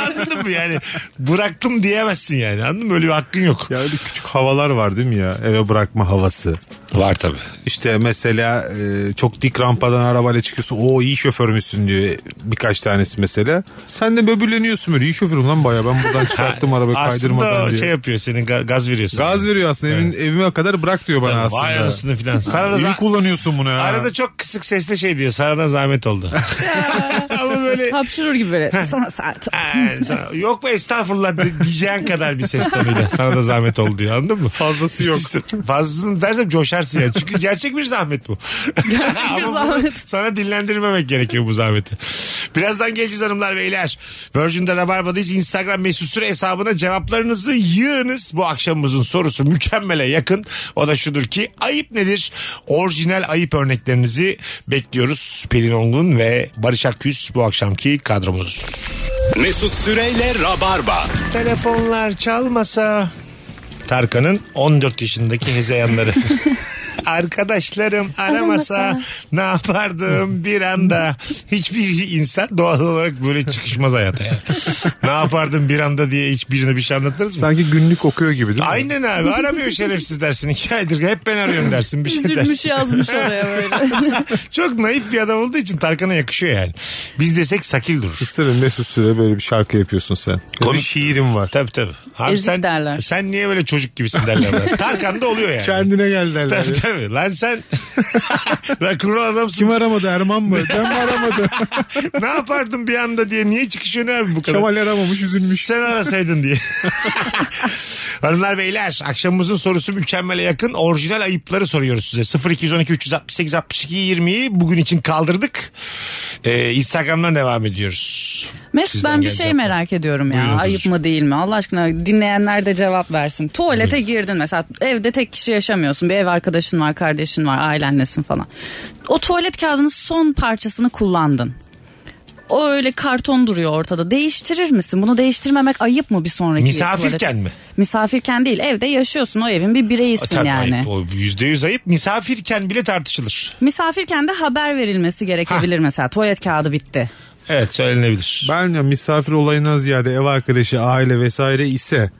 S3: anladın mı yani? Bıraktım diyemezsin yani. Anladın mı? Öyle bir hakkın yok.
S5: Ya öyle küçük havalar var değil mi ya? Eve bırakma havası.
S3: Var tabii.
S5: İşte mesela e, çok dik rampadan arabayla çıkıyorsun. O iyi şoförmüşsün diyor birkaç tanesi mesela. Sen de böbürleniyorsun böyle. İyi şoförüm lan baya ben buradan çıkarttım arabayı
S3: Aslında
S5: kaydırmadan
S3: o
S5: diye.
S3: şey yapıyor senin ga- gaz veriyorsun.
S5: Gaz veriyor aslında evin, evime kadar bırak diyor bana
S3: Tabii,
S5: aslında.
S3: Vay anasını filan. Sana da
S5: İyi
S3: za-
S5: kullanıyorsun bunu ya.
S3: Arada çok kısık sesle şey diyor. Sana da zahmet oldu. Ama böyle böyle
S4: Hapşırır gibi böyle. Sana saat.
S3: Ha, sana- yok mu estağfurullah de- diyeceğin kadar bir ses tonuyla. Sana da zahmet oldu diyor anladın mı? Fazlası yok. Fazlasını dersem coşarsın ya. Çünkü gerçek bir zahmet bu.
S4: Gerçek bir
S3: Ama bunu
S4: zahmet.
S3: Sana dinlendirmemek gerekiyor bu zahmeti. Birazdan geleceğiz hanımlar beyler. Virgin'de Rabarba'dayız. Instagram mesut süre hesabına cevaplarınızı yığınız. Bu akşamımızın sorusu mükemmele yakın. O da şudur ki ayıp nedir? Orijinal ayıp örneklerinizi bekliyoruz. Pelin Ongun ve Barış Akküz bu akşamki kadromuz.
S2: Mesut Süreyle Rabarba.
S3: Telefonlar çalmasa Tarkan'ın 14 yaşındaki hezeyanları. Arkadaşlarım aramasa,
S4: Aramasa.
S3: ne yapardım bir anda. Hiçbir insan doğal olarak böyle çıkışmaz hayata yani. ne yapardım bir anda diye hiçbirine bir şey anlatırız mı?
S5: Sanki günlük okuyor gibi değil mi?
S3: Aynen abi aramıyor şerefsiz dersin. iki aydır hep ben arıyorum dersin. Bir şey
S4: Üzülmüş
S3: dersin.
S4: yazmış oraya böyle.
S3: Çok naif bir adam olduğu için Tarkan'a yakışıyor yani. Biz desek sakil durur.
S5: Sırın Mesut Süre böyle bir şarkı yapıyorsun sen. Konu şiirim var.
S3: Tabii tabii. Abi
S4: Ezik
S3: sen,
S4: derler.
S3: sen niye böyle çocuk gibisin derler. bana. Tarkan da oluyor yani.
S5: Kendine gel derler.
S3: Tabii tabii. Lan sen rock'n'roll adamsın.
S5: Kim aramadı Erman mı? Ben mi aramadı?
S3: ne yapardın bir anda diye. Niye çıkışıyorsun abi bu kadar?
S5: Kemal aramamış üzülmüş.
S3: Sen arasaydın diye. Hanımlar beyler akşamımızın sorusu mükemmele yakın. Orijinal ayıpları soruyoruz size. 0212 368 62 20'yi bugün için kaldırdık. Ee, Instagram'dan devam ediyoruz.
S4: Mesut
S3: Sizden
S4: ben bir
S3: gelecek
S4: şey
S3: mi?
S4: merak ediyorum ya.
S3: Buyurun kuzucuğum.
S4: Ayıp mı değil mi? Allah aşkına dinleyenler de cevap versin. Tuvalete girdin mesela evde tek kişi yaşamıyorsun. Bir ev arkadaşın var, kardeşin var, ailenlesin falan. O tuvalet kağıdının son parçasını kullandın. O öyle karton duruyor ortada. Değiştirir misin? Bunu değiştirmemek ayıp mı bir sonraki
S3: Misafirken
S4: tuvalete?
S3: mi?
S4: Misafirken değil. Evde yaşıyorsun. O evin bir bireyisin
S3: Tabii
S4: yani.
S3: ayıp. O %100 ayıp. Misafirken bile tartışılır.
S4: Misafirken de haber verilmesi gerekebilir mesela. Tuvalet kağıdı bitti.
S3: Evet söylenebilir.
S5: Ben ya misafir olayından ziyade ev arkadaşı, aile vesaire ise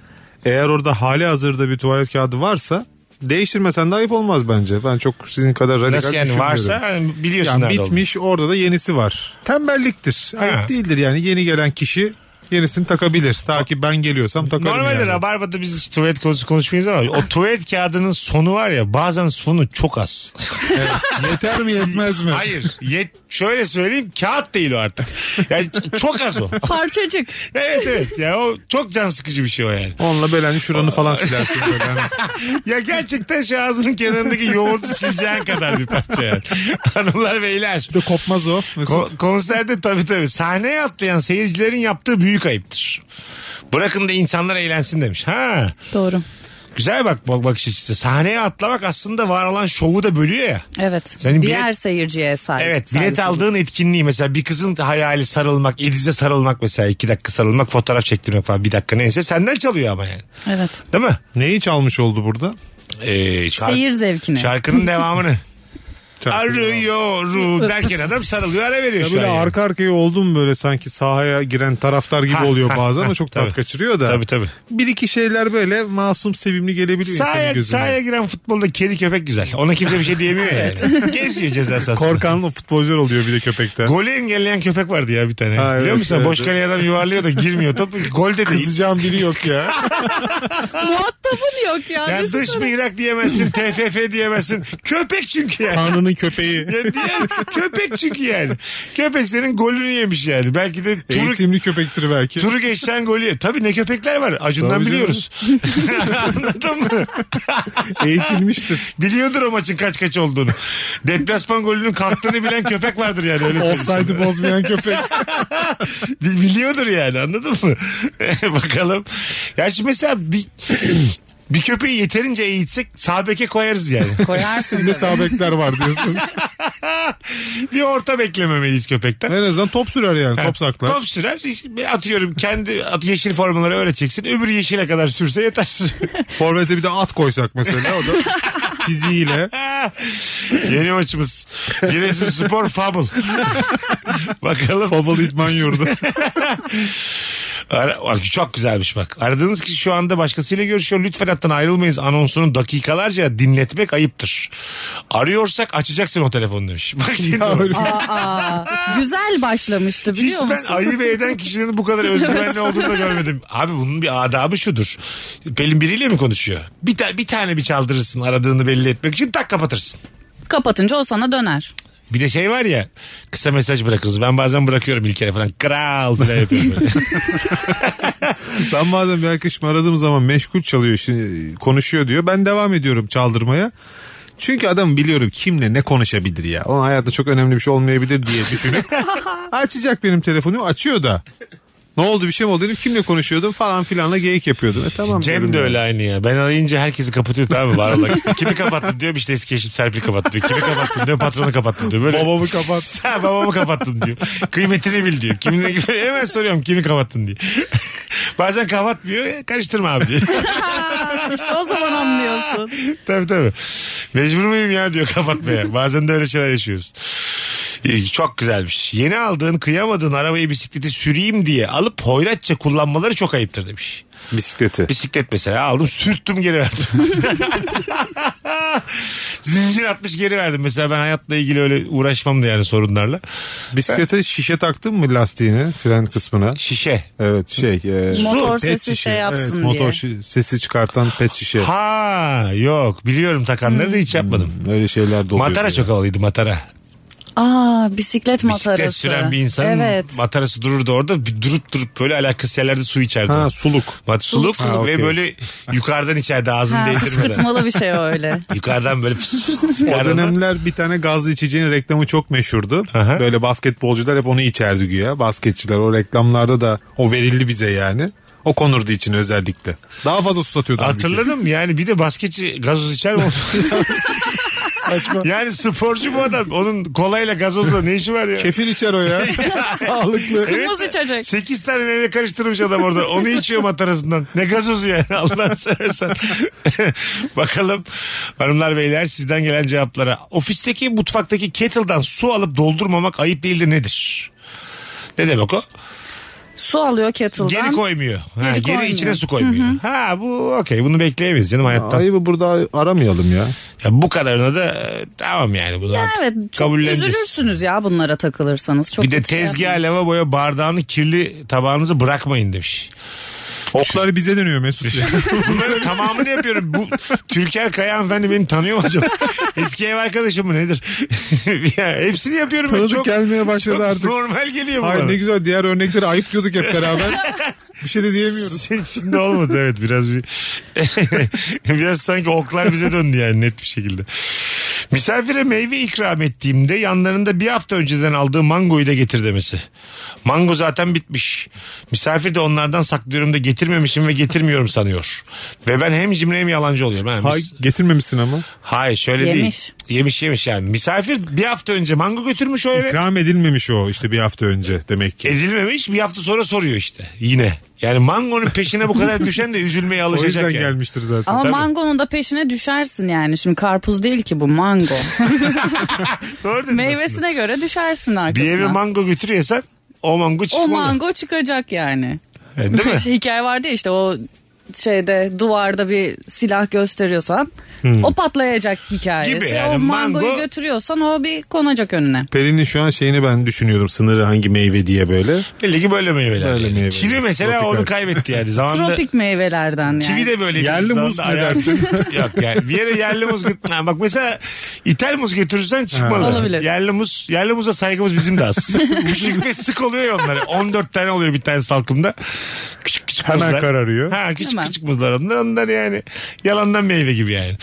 S5: eğer orada hali hazırda bir tuvalet kağıdı varsa değiştirmesen de ayıp olmaz bence. Ben çok sizin kadar radikal
S3: Nasıl yani
S5: düşünmüyorum.
S3: varsa hani biliyorsun
S5: yani
S3: nerede olduğunu.
S5: bitmiş orada da yenisi var. Tembelliktir. Ayıp değildir yani yeni gelen kişi yenisini takabilir. Ta ki ben geliyorsam takarım
S3: Normalde
S5: yani.
S3: Rabarba'da biz hiç tuvalet konusu konuşmayız ama o tuvalet kağıdının sonu var ya bazen sonu çok az.
S5: Yeter mi yetmez mi?
S3: Hayır. Yet, şöyle söyleyeyim kağıt değil o artık. Yani ç- çok az o.
S4: Parçacık.
S3: Evet evet. Ya o çok can sıkıcı bir şey o yani.
S5: Onunla beleni şuranı falan silersin. böyle. Yani
S3: Ya gerçekten şu ağzının kenarındaki yoğurdu sileceğin kadar bir parça yani. Hanımlar beyler.
S5: bir de kopmaz o. Mesut.
S3: Ko- konserde tabii tabii sahneye atlayan seyircilerin yaptığı büyük ayıptır. Bırakın da insanlar eğlensin demiş. Ha.
S4: Doğru.
S3: Güzel bak bak bakış açısı. Sahneye atlamak aslında var olan şovu da bölüyor ya.
S4: Evet.
S3: Senin bilet-
S4: Diğer seyirciye sahip.
S3: Evet bilet
S4: saygısızlık.
S3: aldığın etkinliği mesela bir kızın hayali sarılmak, Eliz'e sarılmak mesela iki dakika sarılmak, fotoğraf çektirmek falan bir dakika neyse senden çalıyor ama yani.
S4: Evet.
S3: Değil mi?
S5: Neyi çalmış oldu burada?
S3: Ee, şark-
S4: Seyir zevkini.
S3: Şarkının devamını.
S5: Çarpıyor.
S3: Arıyorum derken adam sarılıyor ara veriyor
S5: Ya
S3: şu an.
S5: böyle
S3: yani.
S5: arka arkaya oldum böyle sanki sahaya giren taraftar gibi
S3: Ha,
S5: oluyor
S3: ha,
S5: bazen
S3: ha,
S5: ama çok tat
S3: tabii.
S5: kaçırıyor da.
S3: Tabii, tabii.
S5: Bir iki şeyler böyle masum sevimli gelebiliyor insanın
S3: Sahaya,
S5: gözüne.
S3: sahaya giren futbolda kedi köpek güzel. Ona kimse bir şey diyemiyor yani. Geziyor ceza sahasında.
S5: Korkan o futbolcular oluyor bir de köpekte.
S3: Golü engelleyen köpek vardı ya bir tane.
S5: Ha,
S3: Biliyor
S5: evet,
S3: musun?
S5: evet.
S3: Boş kaleye adam yuvarlıyor da girmiyor. Top gol de değil.
S5: Kızacağım biri yok ya.
S4: Muhatabın yok ya.
S3: Yani
S4: düşünsene.
S3: dış mihrak diyemezsin, TFF diyemezsin. Köpek çünkü yani.
S5: Tanrı'nın köpeği.
S3: Ya diğer- köpek çünkü yani. Köpek senin golünü yemiş yani. Belki de turu,
S5: Eğitimli köpektir belki.
S3: turu geçen golü. ye- Tabii ne köpekler var. Acundan
S5: Tabii canım.
S3: biliyoruz. Anladın mı?
S5: Eğitilmiştir.
S3: Biliyordur o maçın kaç kaç olduğunu. Deplasman golünün kalktığını bilen köpek vardır yani. Öyle söyleyeyim.
S5: Offside'ı bozmayan köpek.
S3: Bil- Biliyordur yani anladın mı? Bakalım. Ya şimdi mesela bir, bir köpeği yeterince eğitsek sağ beke koyarız yani.
S4: Koyarsın.
S5: Şimdi sabekler var diyorsun.
S3: bir orta beklememeliyiz köpekten.
S5: en azından top sürer yani top saklar.
S3: Top sürer. İşte Atıyorum kendi at yeşil formaları öğreteceksin. Öbür yeşile kadar sürse yeter.
S5: Forvet'e bir de at koysak mesela o da fiziğiyle.
S3: Yeni maçımız. Giresun Spor Fable. Bakalım.
S5: Fabul idman yurdu.
S3: Ara- Bak, çok güzelmiş bak. Aradığınız kişi şu anda başkasıyla görüşüyor. Lütfen hattan ayrılmayız. Anonsunu dakikalarca dinletmek ayıptır. Arıyorsak açacaksın o telefonu demiş. Bak şimdi bak.
S4: Aa, güzel başlamıştı
S3: Hiç
S4: biliyor musun?
S3: ben ayıp eden kişilerin bu kadar özgüvenli olduğunu da görmedim. Abi bunun bir adabı şudur. Pelin biriyle mi konuşuyor? Bir, ta- bir tane bir çaldırırsın aradığını belli etmek için tak kapatırsın.
S4: Kapatınca o sana döner.
S3: Bir de şey var ya kısa mesaj bırakırız. Ben bazen bırakıyorum İlker'e falan. Kral falan yapıyorum. böyle.
S5: Ben bazen bir arkadaşımı aradığım zaman meşgul çalıyor şimdi konuşuyor diyor. Ben devam ediyorum çaldırmaya. Çünkü adam biliyorum kimle ne konuşabilir ya. Onun hayatta çok önemli bir şey olmayabilir diye düşünüp açacak benim telefonu açıyor da. Ne oldu bir şey mi oldu dedim kimle konuşuyordum falan filanla geyik yapıyordum. E tamam
S3: Cem
S5: diyorum
S3: de
S5: yani.
S3: öyle aynı ya. Ben arayınca herkesi kapatıyor tamam mı? Var olmak işte. Kimi kapattın diyor. işte eski eşim Serpil kapattı diyor. Kimi kapattın diyor. Patronu kapattın diyor. Böyle...
S5: Babamı kapat.
S3: Ha, babamı kapattın diyor. Kıymetini bil diyor. Kimle, hemen soruyorum kimi kapattın diye. Bazen kapatmıyor. "E, Karıştırma abi diyor.
S4: işte o zaman anlıyorsun.
S3: tabii tabii. Mecbur muyum ya diyor kapatmaya. Bazen de öyle şeyler yaşıyoruz. İyi, Çok güzelmiş. Yeni aldığın kıyamadığın arabayı bisikleti süreyim diye alıp hoyratça kullanmaları çok ayıptır demiş.
S5: Bisikleti.
S3: Bisiklet mesela aldım sürttüm geri verdim. Zincir atmış geri verdim. Mesela ben hayatla ilgili öyle uğraşmam da yani sorunlarla.
S5: Bisiklete şişe taktın mı lastiğini fren kısmına?
S3: Şişe.
S5: Evet şey. e,
S4: Motor
S5: pet
S4: sesi
S5: şişe.
S4: şey yapsın
S5: evet,
S4: diye.
S5: Motor şi- sesi çıkartan pet şişe.
S3: Ha yok biliyorum takanları da hiç yapmadım.
S5: Öyle şeyler de oluyor.
S3: Matara
S5: diyor.
S3: çok havalıydı matara.
S4: Aa bisiklet matarası.
S3: Bisiklet süren bir insanın
S4: Evet.
S3: matarası dururdu orada. Bir durup durup böyle alakasız yerlerde su içerdi.
S5: Ha suluk.
S3: Mat suluk
S5: Ha,
S3: ve
S5: okey.
S3: böyle yukarıdan içerdi ağzını
S4: Ha,
S3: değdirmeden.
S4: fışkırtmalı bir şey o öyle.
S3: Yukarıdan böyle fıs fıs fıs
S5: O
S3: çıkardı.
S5: dönemler bir tane gazlı içeceğin reklamı çok meşhurdu.
S3: Aha.
S5: Böyle basketbolcular hep onu içerdi güya. Basketçiler o reklamlarda da o verildi bize yani. O konurdu için özellikle. Daha fazla susatıyordu. halbuki.
S3: Hatırladım yani bir de basketçi gazoz içer mi? Saçma. Yani sporcu bu adam. Onun kolayla gazozla ne işi var ya?
S5: Kefir içer o ya. Sağlıklı.
S4: Kırmızı içecek.
S3: 8 tane meyve karıştırmış adam orada. Onu içiyor matarasından. Ne gazozu yani Allah seversen. Bakalım hanımlar beyler sizden gelen cevaplara. Ofisteki mutfaktaki kettle'dan su alıp doldurmamak ayıp değildir nedir? Ne demek o?
S4: Su alıyor kettle'dan.
S3: Geri koymuyor. Ha, geri,
S4: Geri koymuyor.
S3: içine su koymuyor. Ha bu okey bunu bekleyemeyiz canım hayattan.
S5: Ayıbı burada aramayalım ya.
S3: Ya bu kadarına da e, tamam yani bunu
S4: Ya
S3: artık
S4: evet çok
S3: kabulleneceğiz.
S4: üzülürsünüz ya bunlara takılırsanız. Çok
S3: Bir de
S4: kötü şey
S3: tezgah
S4: yapmayın.
S3: lavaboya bardağını kirli tabağınızı bırakmayın demiş.
S5: Oklar bize dönüyor Mesut.
S3: Bunların tamamını yapıyorum. Bu Türker Kaya hanımefendi beni tanıyor mu acaba? Eski ev arkadaşım mı nedir? ya, hepsini yapıyorum. ben.
S5: Tanıdık
S3: çok,
S5: gelmeye başladı
S3: çok
S5: artık.
S3: normal geliyor bu
S5: Hayır
S3: bana.
S5: ne güzel diğer örnekleri ayıplıyorduk hep beraber. bir şey de diyemiyoruz.
S3: Şey, Şimdi olmadı evet biraz bir biraz sanki oklar bize döndü yani net bir şekilde. Misafire meyve ikram ettiğimde yanlarında bir hafta önceden aldığı mangoyu da getir demesi. Mango zaten bitmiş. Misafir de onlardan saklıyorum da getirmemişim ve getirmiyorum sanıyor. Ve ben hem cimri hem yalancı oluyorum. Ha, mis-
S5: Hay getirmemişsin ama.
S3: Hayır şöyle
S4: Yemiş.
S3: değil. Yemiş yemiş yani. Misafir bir hafta önce mango götürmüş o eve.
S5: İkram edilmemiş o işte bir hafta önce demek ki.
S3: Edilmemiş bir hafta sonra soruyor işte yine. Yani mangonun peşine bu kadar düşen de üzülmeye
S5: O
S3: alışacak
S5: yüzden
S3: yani.
S5: gelmiştir zaten.
S4: Ama mangonun da peşine düşersin yani. Şimdi karpuz değil ki bu mango.
S3: Doğru dedin aslında.
S4: Meyvesine göre düşersin arkasına.
S3: Bir eve mango götürüyorsan o mango
S4: o
S3: çıkmalı.
S4: mango çıkacak yani.
S3: E, değil mi?
S4: Şey, hikaye vardı ya işte o şeyde duvarda bir silah gösteriyorsan o patlayacak hikayesi.
S3: Hmm. Gibi yani,
S4: o mangoyu
S3: mango-
S4: götürüyorsan o bir konacak önüne.
S5: Pelin'in şu an şeyini ben düşünüyordum. Sınırı hangi meyve diye böyle.
S3: Belli ki böyle meyveler.
S5: Böyle
S3: yani.
S5: meyveler.
S3: Kivi mesela
S5: Tropikal.
S3: onu kaybetti yani. Zamanında
S4: Tropik meyvelerden yani.
S3: Kivi de böyle. bir
S5: Yerli
S3: zamanda
S5: muz ne
S3: ayağı-
S5: dersin?
S3: Yok yani bir yere yerli muz götürsen. Bak mesela İtal muz götürürsen çıkmalı.
S4: Ha. Olabilir.
S3: Yerli muz, yerli muza saygımız bizim de az. küçük ve sık oluyor ya onlar. 14 tane oluyor bir tane salkımda. Küçük küçük
S5: Hemen
S3: muzlar.
S5: kararıyor.
S3: Ha küçük
S4: Hemen.
S3: küçük muzlar onlar. Onlar yani yalandan meyve gibi yani.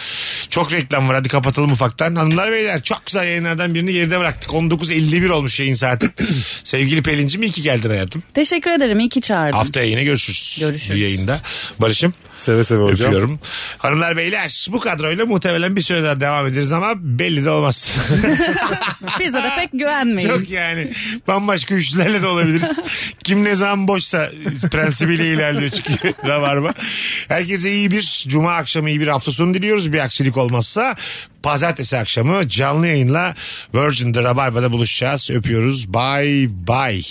S3: Çok reklam var hadi kapatalım ufaktan. Hanımlar beyler çok güzel yayınlardan birini geride bıraktık. 19.51 olmuş yayın saati. Sevgili Pelin'cim iyi ki geldin hayatım.
S4: Teşekkür ederim iyi ki çağırdın.
S3: Haftaya yine görüşürüz.
S4: Görüşürüz.
S3: Bu yayında. Barış'ım.
S5: Seve seve hocam.
S3: Öpüyorum. Hanımlar beyler bu kadroyla muhtemelen bir süre daha devam ederiz ama belli de olmaz.
S4: Bize de pek güvenmeyin.
S3: Çok yani bambaşka üçlülerle de olabiliriz. Kim ne zaman boşsa prensibiyle ilerliyor çünkü Rabarba. Herkese iyi bir cuma akşamı iyi bir hafta sonu diliyoruz. Bir aksilik olmazsa pazartesi akşamı canlı yayınla Virgin'de Rabarba'da buluşacağız. Öpüyoruz. Bye bye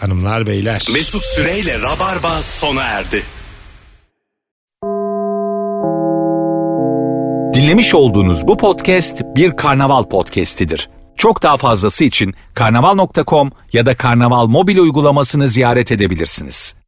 S3: hanımlar beyler.
S2: Mesut Süreyle Rabarba sona erdi.
S1: Dinlemiş olduğunuz bu podcast bir karnaval podcastidir. Çok daha fazlası için karnaval.com ya da karnaval mobil uygulamasını ziyaret edebilirsiniz.